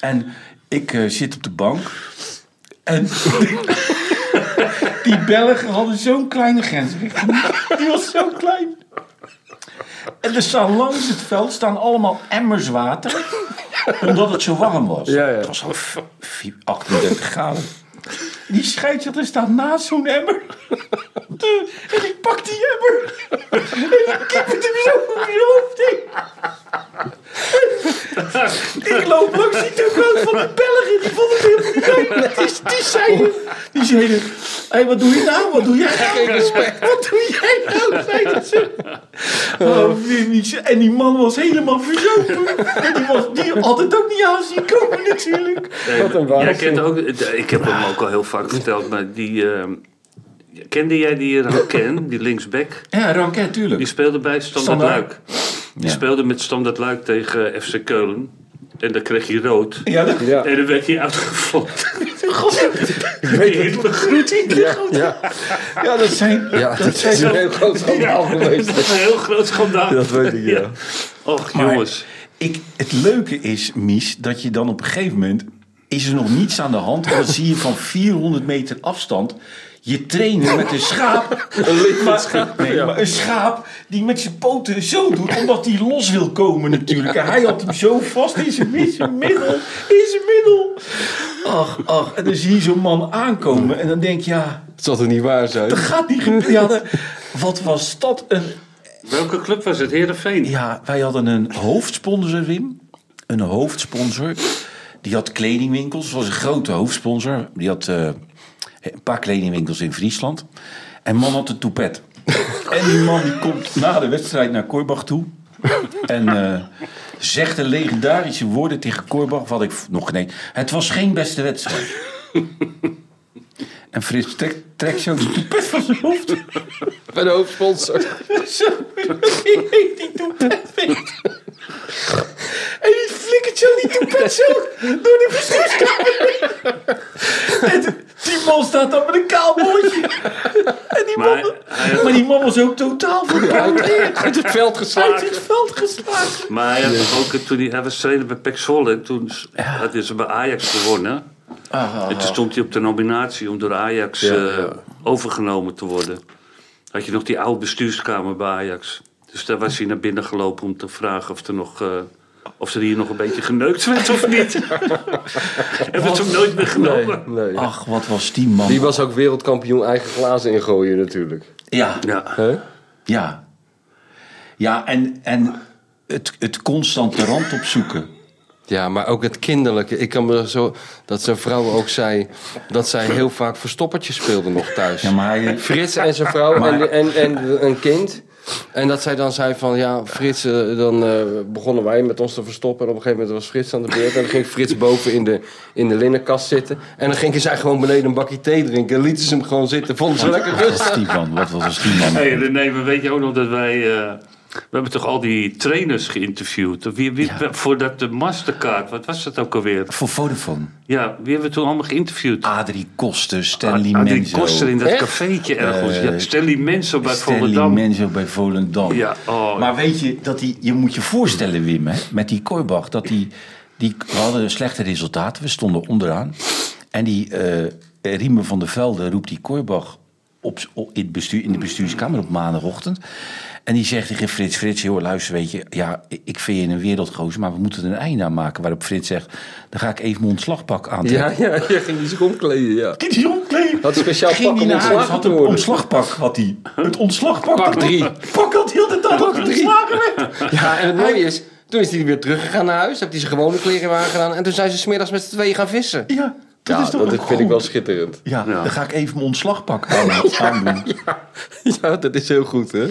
[SPEAKER 4] En ik eh, zit op de bank en die Belgen hadden zo'n kleine grensrechter. Die was zo klein. En er staan langs het veld staan allemaal emmers water, omdat het zo warm was.
[SPEAKER 2] Ja, ja.
[SPEAKER 4] Het was al v- v- 38 graden. Die scheidsrechter staat naast zo'n emmer. De- En ik pak die emmer. En ik kip het hem zo om mijn hoofd heen. Ik loop langs die toekomst van die Belgen. Die vonden het heel vervelend. Die, die zeiden... Die zeiden... Hé, hey, wat doe je nou? Wat doe jij nou? Geen respect. Wat doe jij nou? Zeiden ze. Oh, Wimmies. en die man was helemaal verzopen. En die, was, die had het ook niet aan zien komen natuurlijk.
[SPEAKER 2] Wat een
[SPEAKER 3] Jij
[SPEAKER 2] waanzin.
[SPEAKER 3] kent ook... Ik heb hem ook al heel vaak verteld, maar die... ehm, kende jij die eh, Raken, die linksback?
[SPEAKER 4] Ja, Ranket, tuurlijk.
[SPEAKER 3] Die speelde bij Standard,
[SPEAKER 4] Standaard.
[SPEAKER 3] Luik. Die speelde met Standard Luik tegen eh, FC Keulen. En dan kreeg hij rood.
[SPEAKER 4] Ja, dat
[SPEAKER 2] Ja,
[SPEAKER 3] En dan werd hij uitgevonden.
[SPEAKER 2] weet
[SPEAKER 3] Hitler groet.
[SPEAKER 2] ja, ja. ja, dat,
[SPEAKER 4] zijn...
[SPEAKER 2] ja, dat is een heel groot schandaal
[SPEAKER 3] Dat
[SPEAKER 2] geweest.
[SPEAKER 3] is een heel groot schandaal.
[SPEAKER 2] Dat weet ik, ja.
[SPEAKER 3] Och,
[SPEAKER 4] Maar
[SPEAKER 3] jongens.
[SPEAKER 4] Ik, het leuke is, Mies, dat je dan op een gegeven moment... is er nog niets aan de hand. En dan zie je van 400 meter afstand je trainen met een schaap.
[SPEAKER 2] Een
[SPEAKER 4] Maar-
[SPEAKER 2] levend schaap.
[SPEAKER 4] nee,
[SPEAKER 2] ja.
[SPEAKER 4] maar een schaap die met zijn poten zo doet, omdat hij los wil komen natuurlijk. En hij had hem zo vast in zijn, in zijn middel. In zijn middel. Ach, ach. En dan zie je zo'n man aankomen en dan denk je, ja,
[SPEAKER 2] Het zal toch niet waar zijn?
[SPEAKER 4] dat gaat niet gebeuren. Ja, dat- wat was dat een
[SPEAKER 3] Welke club was het? Heerenveen?
[SPEAKER 4] ja, wij hadden een hoofdsponsor, Wim. Een hoofdsponsor. Die had kledingwinkels. Dat was een grote hoofdsponsor. Die had eh, een paar kledingwinkels in Friesland. En man had een toepet. en die man die komt na de wedstrijd naar Korbach toe. En eh, zegt de legendarische woorden tegen Korbach. Wat ik nog nee. Het was geen beste wedstrijd. en Frits trekt trekt zo die toepet van zijn hoofd.
[SPEAKER 2] Bij de hoofdsponsor.
[SPEAKER 4] Zo, die heeft die toepet weet. En die flikkert zo die toepet zo door de bestuurskamer. En die man staat dan met een kaal bolletje. En die
[SPEAKER 3] Maar
[SPEAKER 4] man,
[SPEAKER 3] hij-
[SPEAKER 4] maar die man was ook totaal verpleegd.
[SPEAKER 2] Uit het veld
[SPEAKER 4] Uit
[SPEAKER 2] geslagen.
[SPEAKER 4] het veld geslagen.
[SPEAKER 3] Maar hij, had ook, toen hij, hij was trainer bij Pek Zwolle. En toen s- had hij ze bij Ajax gewonnen. En toen stond hij op de nominatie om door Ajax
[SPEAKER 2] Ja,
[SPEAKER 3] eh,
[SPEAKER 2] ja.
[SPEAKER 3] overgenomen te worden. Had je nog die oude bestuurskamer bij Ajax. Dus daar was hij naar binnen gelopen om te vragen of er nog... eh, of er hier nog een beetje geneukt werd of niet. en werd hem nooit meer genomen.
[SPEAKER 2] Nee.
[SPEAKER 4] Ach, wat was die man.
[SPEAKER 2] Die was ook wereldkampioen eigen glazen ingooien natuurlijk.
[SPEAKER 4] Ja,
[SPEAKER 3] Ja.
[SPEAKER 2] Hè?
[SPEAKER 4] ja. Ja, en, en het, het constante rand opzoeken.
[SPEAKER 2] Ja, maar ook het kinderlijke. Ik kan me zo... Dat zijn vrouw ook zei... Dat zij heel vaak verstoppertjes speelden nog thuis.
[SPEAKER 4] Ja, maar hij,
[SPEAKER 2] Frits en zijn vrouw en, en, en een kind. En dat zij dan zei van, ja, Frits, eh, dan eh, begonnen wij met ons te verstoppen. En op een gegeven moment was Frits aan de beurt. En dan ging Frits boven in de, in de linnenkast zitten. En dan gingen zij gewoon beneden een bakje thee drinken. En lieten ze hem gewoon zitten. Vonden ze lekker
[SPEAKER 4] wat
[SPEAKER 2] rustig.
[SPEAKER 4] was die man? Wat was die man?
[SPEAKER 3] Hey, René, maar weet je ook nog dat wij... eh, we hebben toch al die trainers geïnterviewd. Wie, wie, Voor dat de Mastercard, wat was dat ook alweer?
[SPEAKER 4] Voor Vodafone.
[SPEAKER 3] Ja, wie hebben we toen allemaal geïnterviewd?
[SPEAKER 4] Adrie Koster, Ah, Stanley
[SPEAKER 3] Ah, die
[SPEAKER 4] Menzo.
[SPEAKER 3] koster in dat
[SPEAKER 2] Echt?
[SPEAKER 3] cafeetje ergens.
[SPEAKER 4] Eh,
[SPEAKER 3] ja, Stanley Menso bij
[SPEAKER 4] Stanley
[SPEAKER 3] Volendam.
[SPEAKER 4] Menzo bij Volendam.
[SPEAKER 3] Ja, oh.
[SPEAKER 4] Maar weet je, dat die, je moet je voorstellen, Wim, hè, met die Koibach, dat die, die... We hadden slechte resultaten, we stonden onderaan. En die eh Riemen van der Velde roept die Koibach op, op- in, het bestuur, in de bestuurskamer op maandagochtend. En die zegt tegen Frits, Frits, joh, luister, weet je... Ja, ik vind je een wereldgozer, maar we moeten er een einde aan maken. Waarop Frits zegt, dan ga ik even mijn ontslagpak aantrekken.
[SPEAKER 2] Ja, ja, ja, ging die zich omkleden, ja.
[SPEAKER 4] Die die omkleed.
[SPEAKER 2] Had een speciaal
[SPEAKER 4] Ging
[SPEAKER 2] pak
[SPEAKER 4] die
[SPEAKER 2] om
[SPEAKER 4] naar
[SPEAKER 2] ontslagen
[SPEAKER 4] huis, had
[SPEAKER 2] te
[SPEAKER 4] een
[SPEAKER 2] worden.
[SPEAKER 4] ontslagpak had hij. Het ontslagpak.
[SPEAKER 2] Pak
[SPEAKER 4] dat-
[SPEAKER 2] drie.
[SPEAKER 4] Pak had heel de hele dag ontslagen werd.
[SPEAKER 2] Ja, en het mooie is, toen is hij weer teruggegaan naar huis. Heeft hij zijn gewone kleren aangedaan. En toen zijn ze smiddags met z'n tweeën gaan vissen.
[SPEAKER 4] Ja, dat
[SPEAKER 2] Ja,
[SPEAKER 4] is toch
[SPEAKER 2] Ah, dat
[SPEAKER 4] ook
[SPEAKER 2] vind ik
[SPEAKER 4] goed?
[SPEAKER 2] wel schitterend.
[SPEAKER 4] Ja,
[SPEAKER 3] Ja.
[SPEAKER 4] dan ga ik even mijn ontslagpak aan- aandoen.
[SPEAKER 2] Ja, dat is heel goed, hè?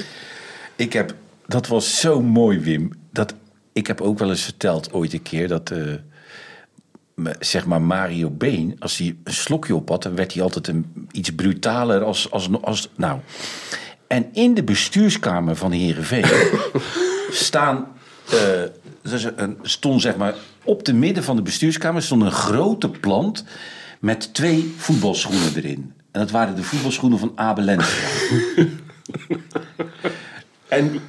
[SPEAKER 4] Ik heb, dat was zo mooi, Wim. Dat, ik heb ook wel eens verteld ooit een keer dat. eh, me- zeg maar Mario Been, als hij een slokje op had, dan werd hij altijd een, iets brutaler als, als, als. Nou. En in de bestuurskamer van Herenveen staan. eh, dus een, stond zeg maar. Op de midden van de bestuurskamer stond een grote plant. met twee voetbalschoenen erin. En dat waren de voetbalschoenen van Abe Lenstra. En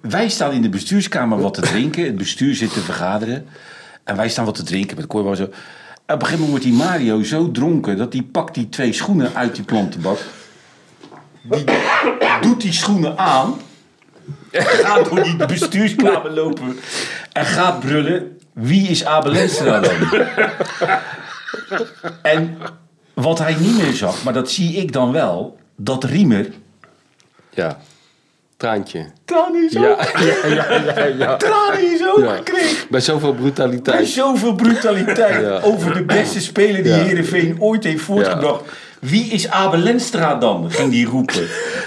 [SPEAKER 4] wij staan in de bestuurskamer wat te drinken. Het bestuur zit te vergaderen. En wij staan wat te drinken met Corbo en zo. En op een gegeven moment wordt die Mario zo dronken... dat die pakt die twee schoenen uit die plantenbak. Die doet die schoenen aan. Gaat door die bestuurskamer lopen. En gaat brullen. Wie is Abel Lenstra dan? en wat hij niet meer zag, maar dat zie ik dan wel... dat Riemer...
[SPEAKER 2] Ja. Traantje.
[SPEAKER 4] Tranen zo
[SPEAKER 2] Ja, ja, ja, ja, ja.
[SPEAKER 4] tranen in zijn ogen
[SPEAKER 2] Ja.
[SPEAKER 4] kreeg.
[SPEAKER 2] Bij zoveel
[SPEAKER 4] Bij
[SPEAKER 2] brutaliteit.
[SPEAKER 4] zoveel brutaliteit
[SPEAKER 2] Ja.
[SPEAKER 4] over de beste speler die
[SPEAKER 2] Ja.
[SPEAKER 4] Heerenveen ooit heeft voortgebracht. Wie is Abel Lenstra dan? Ging die roepen.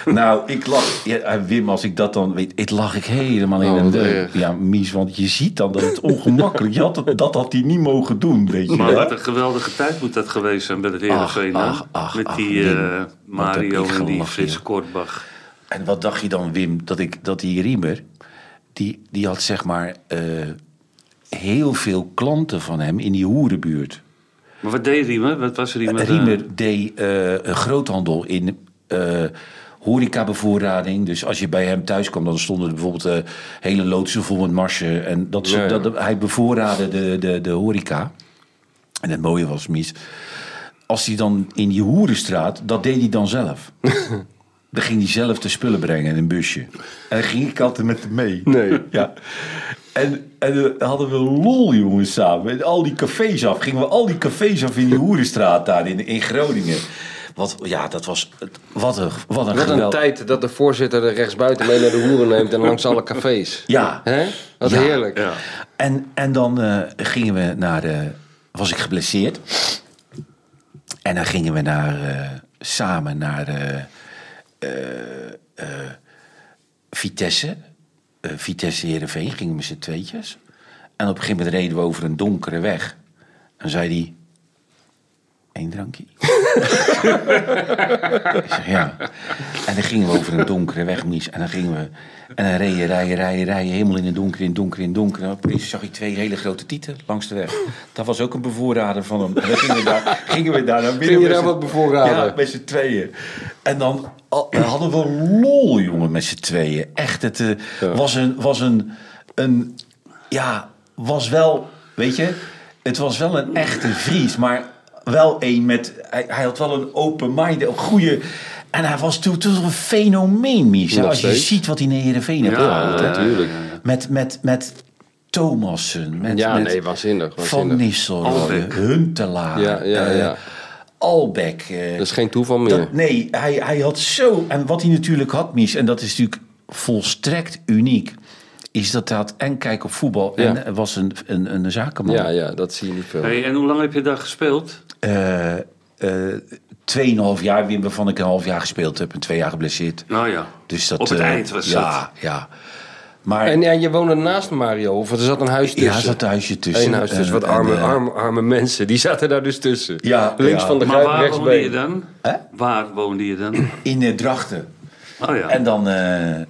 [SPEAKER 4] nou, ik lach. Ja, en Wim, als ik dat dan weet, ik lach ik helemaal in
[SPEAKER 2] Oh,
[SPEAKER 4] een
[SPEAKER 2] wat
[SPEAKER 4] deuk.
[SPEAKER 2] erg.
[SPEAKER 4] Ja, Mies, want je ziet dan dat het ongemakkelijk je had het- Dat had hij niet mogen doen, weet je
[SPEAKER 3] Maar
[SPEAKER 4] wel.
[SPEAKER 3] wat een geweldige tijd moet dat geweest zijn bij het Heerenveen. hè?
[SPEAKER 4] ach, ach,
[SPEAKER 3] Met
[SPEAKER 4] ach,
[SPEAKER 3] die eh,
[SPEAKER 4] Wim, wat heb
[SPEAKER 3] Mario
[SPEAKER 4] ik
[SPEAKER 3] en die
[SPEAKER 4] gelachen,
[SPEAKER 3] Frits
[SPEAKER 4] joh.
[SPEAKER 3] Kortbach.
[SPEAKER 4] En wat dacht je dan, Wim, dat, ik, dat die Riemer, die, die had zeg maar eh, heel veel klanten van hem in die hoerenbuurt.
[SPEAKER 3] Maar wat deed Riemer? Wat was Riemer? eh?
[SPEAKER 4] Riemer deed eh, een groothandel in eh horecabevoorrading. Dus als je bij hem thuis kwam, dan stonden er bijvoorbeeld eh, hele loodsen vol met marsen. En dat, soort-
[SPEAKER 2] Ja, ja.
[SPEAKER 4] dat, hij bevoorraadde de, de, de horeca. En het mooie was, Mies, als hij dan in die hoerenstraat, dat deed hij dan zelf. dan ging hij zelf de spullen brengen in een busje. En dan ging ik altijd met hem mee.
[SPEAKER 2] Nee.
[SPEAKER 4] Ja. En, en eh, dan hadden we lol, jongens, samen. En al die cafés af. Gingen we al die cafés af in die hoerenstraat daar in, in Groningen. Wat, ja, dat was... het- Wat een, wat een
[SPEAKER 2] Wat een
[SPEAKER 4] geweld.
[SPEAKER 2] tijd dat de voorzitter de rechtsbuiten mee naar de hoeren neemt en langs alle cafés.
[SPEAKER 4] Ja.
[SPEAKER 2] Hè? Wat
[SPEAKER 4] Ja.
[SPEAKER 2] heerlijk.
[SPEAKER 3] Ja.
[SPEAKER 4] En, en dan eh, gingen we naar. eh, was ik geblesseerd. En dan gingen we naar, eh, samen naar eh, eh, eh, Vitesse. Eh, Vitesse Herenveen gingen we met z'n tweetjes. En op een gegeven moment reden we over een donkere weg. En zei hij. Eén drankje. Ik zeg, ja. En dan gingen we over een donkere weg, Mies. En dan gingen we. En dan reden, rijden, rijden, rijden. Helemaal in het donker, in het donker, in het donker. En opeens zag ik twee hele grote tieten langs de weg. Dat was ook een bevoorrader van hem. En dan gingen we daar, gingen we daar naar binnen.
[SPEAKER 2] Ging je daar
[SPEAKER 4] met
[SPEAKER 2] wat
[SPEAKER 4] z'n-
[SPEAKER 2] bevoorraden?
[SPEAKER 4] Ja, met z'n tweeën. En dan al- we hadden we lol, jongen, met z'n tweeën. Echt, het eh, was, een, was een, een. Ja, was wel. Weet je, het was wel een echte Vries, maar wel een met. Hij, hij had wel een open mind, een goede. En hij was toen, toen een fenomeen, Mies. hè,
[SPEAKER 2] Nog
[SPEAKER 4] Als je
[SPEAKER 2] steeds.
[SPEAKER 4] ziet wat hij in Heerenveen heeft gehaald. hè. Met, met, met Thomassen. Met,
[SPEAKER 2] Ja,
[SPEAKER 4] met
[SPEAKER 2] nee, waanzinnig,
[SPEAKER 4] Van
[SPEAKER 2] waanzinnig.
[SPEAKER 4] Nistelrooy,
[SPEAKER 3] Albeck.
[SPEAKER 4] Huntelaar,
[SPEAKER 2] Ja, ja,
[SPEAKER 4] eh,
[SPEAKER 2] ja.
[SPEAKER 4] Albeck. eh,
[SPEAKER 2] Dat is geen toeval meer.
[SPEAKER 4] dat- nee, hij, hij had zo... En wat hij natuurlijk had, Mies, en dat is natuurlijk volstrekt uniek... is dat hij had en kijk op voetbal en
[SPEAKER 2] Ja.
[SPEAKER 4] hij was een, een, een zakenman.
[SPEAKER 2] Ja, ja, dat zie je niet veel.
[SPEAKER 3] Hey, en hoe lang heb je daar gespeeld?
[SPEAKER 4] Eh, eh, Tweeënhalf jaar, Wim, waarvan ik een half jaar gespeeld heb... en twee jaar geblesseerd.
[SPEAKER 3] Nou ja,
[SPEAKER 4] Dus dat,
[SPEAKER 3] op het
[SPEAKER 4] eh,
[SPEAKER 3] eind was
[SPEAKER 4] ja,
[SPEAKER 3] dat.
[SPEAKER 4] Ja, Maar
[SPEAKER 2] En ja, je woonde naast Mario, of er zat een huis tussen?
[SPEAKER 4] ja, zat thuisje tussen.
[SPEAKER 2] Eén huis tussen,
[SPEAKER 4] En-
[SPEAKER 2] wat
[SPEAKER 4] en,
[SPEAKER 2] arme,
[SPEAKER 4] eh,
[SPEAKER 2] arme, arme mensen. Die zaten daar dus tussen.
[SPEAKER 4] Ja,
[SPEAKER 2] Links
[SPEAKER 4] ja.
[SPEAKER 2] van de
[SPEAKER 3] Maar
[SPEAKER 2] grijp,
[SPEAKER 3] waar
[SPEAKER 2] rechts
[SPEAKER 3] woonde je
[SPEAKER 2] bij.
[SPEAKER 3] dan?
[SPEAKER 4] Hè?
[SPEAKER 3] Waar woonde je dan?
[SPEAKER 4] In eh, Drachten.
[SPEAKER 3] Oh ja.
[SPEAKER 4] En dan... eh, eh,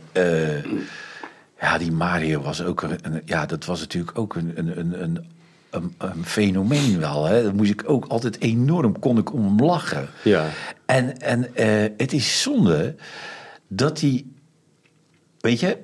[SPEAKER 4] ja, die Mario was ook een... een- ja, dat was natuurlijk ook een... een, een, een een, een fenomeen wel. Hè? Daar moest ik ook altijd enorm kon ik om hem lachen.
[SPEAKER 2] Ja.
[SPEAKER 4] En, en eh, het is zonde dat hij, weet je,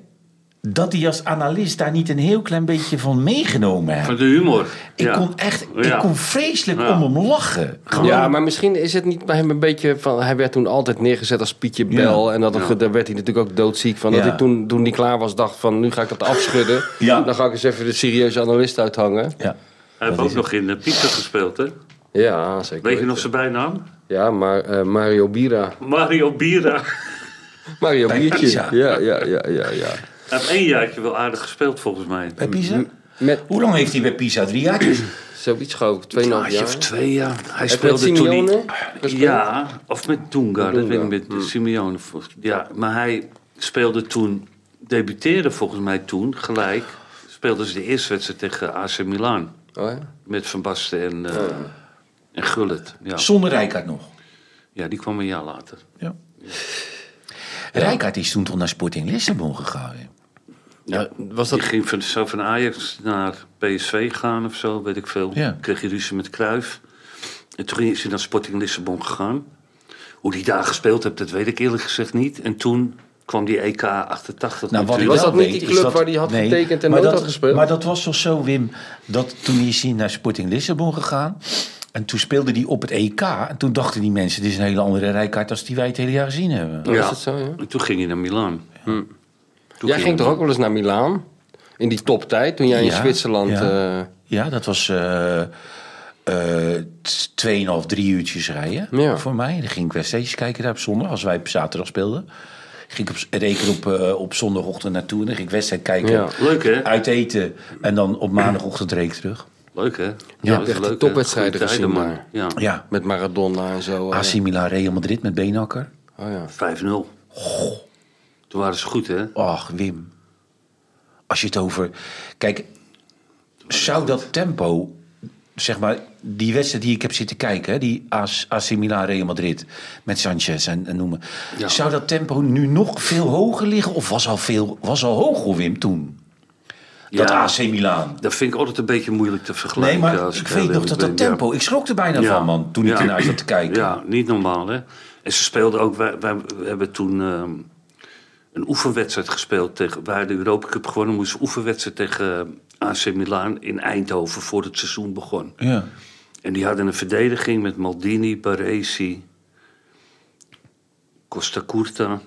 [SPEAKER 4] dat hij als analist daar niet een heel klein beetje van meegenomen
[SPEAKER 3] Van
[SPEAKER 4] heeft.
[SPEAKER 3] de humor.
[SPEAKER 4] Ik
[SPEAKER 3] ja.
[SPEAKER 4] kon echt,
[SPEAKER 3] Ja.
[SPEAKER 4] ik kon vreselijk
[SPEAKER 3] Ja.
[SPEAKER 4] om hem lachen. Gewoon-
[SPEAKER 2] Ja, maar misschien is het niet bij hem een beetje van... Hij werd toen altijd neergezet als Pietje Bel. En dat, daar werd hij natuurlijk ook doodziek van. Dat
[SPEAKER 4] Ja.
[SPEAKER 2] ik toen, toen die klaar was dacht van... Nu ga ik dat afschudden.
[SPEAKER 4] Ja.
[SPEAKER 2] Dan ga ik eens even de serieuze analist uithangen.
[SPEAKER 4] ja.
[SPEAKER 3] Hij heeft
[SPEAKER 4] Dat
[SPEAKER 3] ook
[SPEAKER 4] is
[SPEAKER 3] nog in de Pieter gespeeld, hè?
[SPEAKER 2] Ja, zeker.
[SPEAKER 3] Weet je
[SPEAKER 2] weten.
[SPEAKER 3] nog zijn bijnaam?
[SPEAKER 2] Ja, maar eh, Mario Bira.
[SPEAKER 3] Mario Bira.
[SPEAKER 2] Mario Biertje.
[SPEAKER 4] Pisa.
[SPEAKER 2] Ja, ja, ja, ja, ja.
[SPEAKER 3] Hij heeft één jaartje wel aardig gespeeld, volgens mij.
[SPEAKER 4] Bij Pisa?
[SPEAKER 2] Met
[SPEAKER 4] Hoe lang heeft hij bij Pisa? Drie jaartjes?
[SPEAKER 2] zoiets geloof ik, 2,5
[SPEAKER 3] Een jaartje
[SPEAKER 2] jaar.
[SPEAKER 3] of twee jaar. Hij
[SPEAKER 2] Heb je met
[SPEAKER 3] speelde toen
[SPEAKER 2] Simeone
[SPEAKER 3] niet.
[SPEAKER 2] gespeeld? Hm.
[SPEAKER 3] Ja, of met Tunga, dat weet ik niet. Met Simeone. volgens- Ja, maar hij speelde toen, debuteerde volgens mij toen gelijk. Speelden ze de eerste wedstrijd tegen AC Milan.
[SPEAKER 2] Oh, ja.
[SPEAKER 3] Met Van Basten en, eh en Gullit. Ja.
[SPEAKER 4] Zonder Rijkaard nog.
[SPEAKER 3] ja, die kwam een jaar later.
[SPEAKER 4] Ja. Rijkaard is toen toch naar Sporting Lissabon gegaan. hè?
[SPEAKER 2] Ja, was
[SPEAKER 3] Die
[SPEAKER 2] dat...
[SPEAKER 3] ging van, zou van Ajax naar PSV gaan of zo, weet ik veel.
[SPEAKER 4] Ja.
[SPEAKER 3] Kreeg je ruzie met Kruif. En toen is hij naar Sporting Lissabon gegaan. Hoe hij daar gespeeld heeft, dat weet ik eerlijk gezegd niet. En toen kwam die EK 88
[SPEAKER 4] Nou, wat ik
[SPEAKER 3] natuurlijk.
[SPEAKER 2] Was dat
[SPEAKER 4] wel
[SPEAKER 2] niet
[SPEAKER 4] weet,
[SPEAKER 2] die
[SPEAKER 4] is
[SPEAKER 2] club waar hij had getekend en
[SPEAKER 4] maar
[SPEAKER 2] nooit
[SPEAKER 4] dat-
[SPEAKER 2] had gespeeld?
[SPEAKER 4] Maar dat was toch zo, Wim, dat toen is hij naar Sporting Lissabon gegaan. En toen speelde hij op het EK. En toen dachten die mensen, dit is een hele andere rijkaart als die wij het hele jaar gezien hebben.
[SPEAKER 2] Was het zo, ja?
[SPEAKER 3] En toen ging hij naar Milaan. Toen
[SPEAKER 2] Jij ging
[SPEAKER 3] hij-
[SPEAKER 2] toch ook wel eens naar Milaan? In die toptijd, toen jij in
[SPEAKER 4] Ja,
[SPEAKER 2] Zwitserland...
[SPEAKER 4] ja.
[SPEAKER 2] eh,
[SPEAKER 4] Ja, dat was eh eh, t- 2,5, drie uurtjes rijden
[SPEAKER 2] Ja.
[SPEAKER 4] voor mij. Dan ging ik wedstrijdjes kijken daar op zondag, als wij op zaterdag speelden. Ging ik op, reken op, eh, op zondagochtend naartoe en dan ging ik wedstrijd kijken.
[SPEAKER 2] Ja.
[SPEAKER 3] Leuk, hè?
[SPEAKER 4] Uit eten en dan op maandagochtend reek terug.
[SPEAKER 3] Leuk, hè? Ja,
[SPEAKER 2] hebt
[SPEAKER 3] was
[SPEAKER 2] echt de
[SPEAKER 3] leuk, hè?
[SPEAKER 2] topwedstrijden
[SPEAKER 3] Goede tijden,
[SPEAKER 2] gezien
[SPEAKER 3] man.
[SPEAKER 2] daar.
[SPEAKER 3] Ja,
[SPEAKER 4] Ja,
[SPEAKER 2] Met Maradona en zo. eh.
[SPEAKER 4] AC Milan, Real Madrid met Beenhakker.
[SPEAKER 2] Oh, ja.
[SPEAKER 3] 5-0. Toen waren ze goed, hè?
[SPEAKER 4] Ach, Wim. Als je het over... Kijk, zou dat tempo... Zeg maar, die wedstrijd die ik heb zitten kijken... Hè, die AC AC Milan Real Madrid met Sanchez en, en noemen...
[SPEAKER 3] Ja.
[SPEAKER 4] Zou dat tempo nu nog veel hoger liggen? Of was al, veel, was al hoger, Wim, toen? Dat
[SPEAKER 3] Ja.
[SPEAKER 4] AC Milan.
[SPEAKER 3] Dat vind ik altijd een beetje moeilijk te
[SPEAKER 4] Nee,
[SPEAKER 3] vergelijken.
[SPEAKER 4] maar
[SPEAKER 3] als
[SPEAKER 4] ik
[SPEAKER 3] heel
[SPEAKER 4] weet nog
[SPEAKER 3] eerlijk
[SPEAKER 4] dat
[SPEAKER 3] ben,
[SPEAKER 4] dat
[SPEAKER 3] ja.
[SPEAKER 4] tempo... Ik schrok er bijna van, man, toen ik ernaar zat te kijken.
[SPEAKER 3] Ja, niet normaal, hè? En ze speelden ook... Wij, wij hebben toen ehm, een oefenwedstrijd gespeeld. Tegen, wij de Europa Cup gewonnen. ehm, Moesten oefenwedstrijd tegen eh, AC Milan in Eindhoven... voor het seizoen begon.
[SPEAKER 4] Ja.
[SPEAKER 3] En die hadden een verdediging met Maldini, Baresi, Costa Curta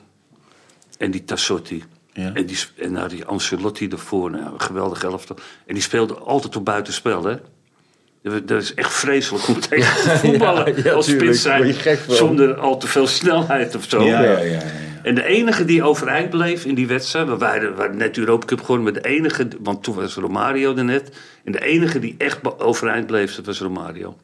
[SPEAKER 3] en die Tassotti.
[SPEAKER 4] Ja.
[SPEAKER 3] En, die, sp- en nou, die Ancelotti ervoor, nou, een geweldig elftal. En die speelde altijd op buitenspel, hè? Dat dat is echt vreselijk om tegen te voetballen.
[SPEAKER 2] Ja, ja,
[SPEAKER 3] als
[SPEAKER 2] tuurlijk.
[SPEAKER 3] spits
[SPEAKER 2] Word je
[SPEAKER 3] zijn,
[SPEAKER 2] gek van.
[SPEAKER 3] zonder al te veel snelheid of zo.
[SPEAKER 4] Ja, ja, ja.
[SPEAKER 3] En de enige die overeind bleef in die wedstrijd, we waren, we waren net de Europa Cup gewonnen, maar de enige, want toen was Romario er net, en de enige die echt be- overeind bleef, dat was Romario.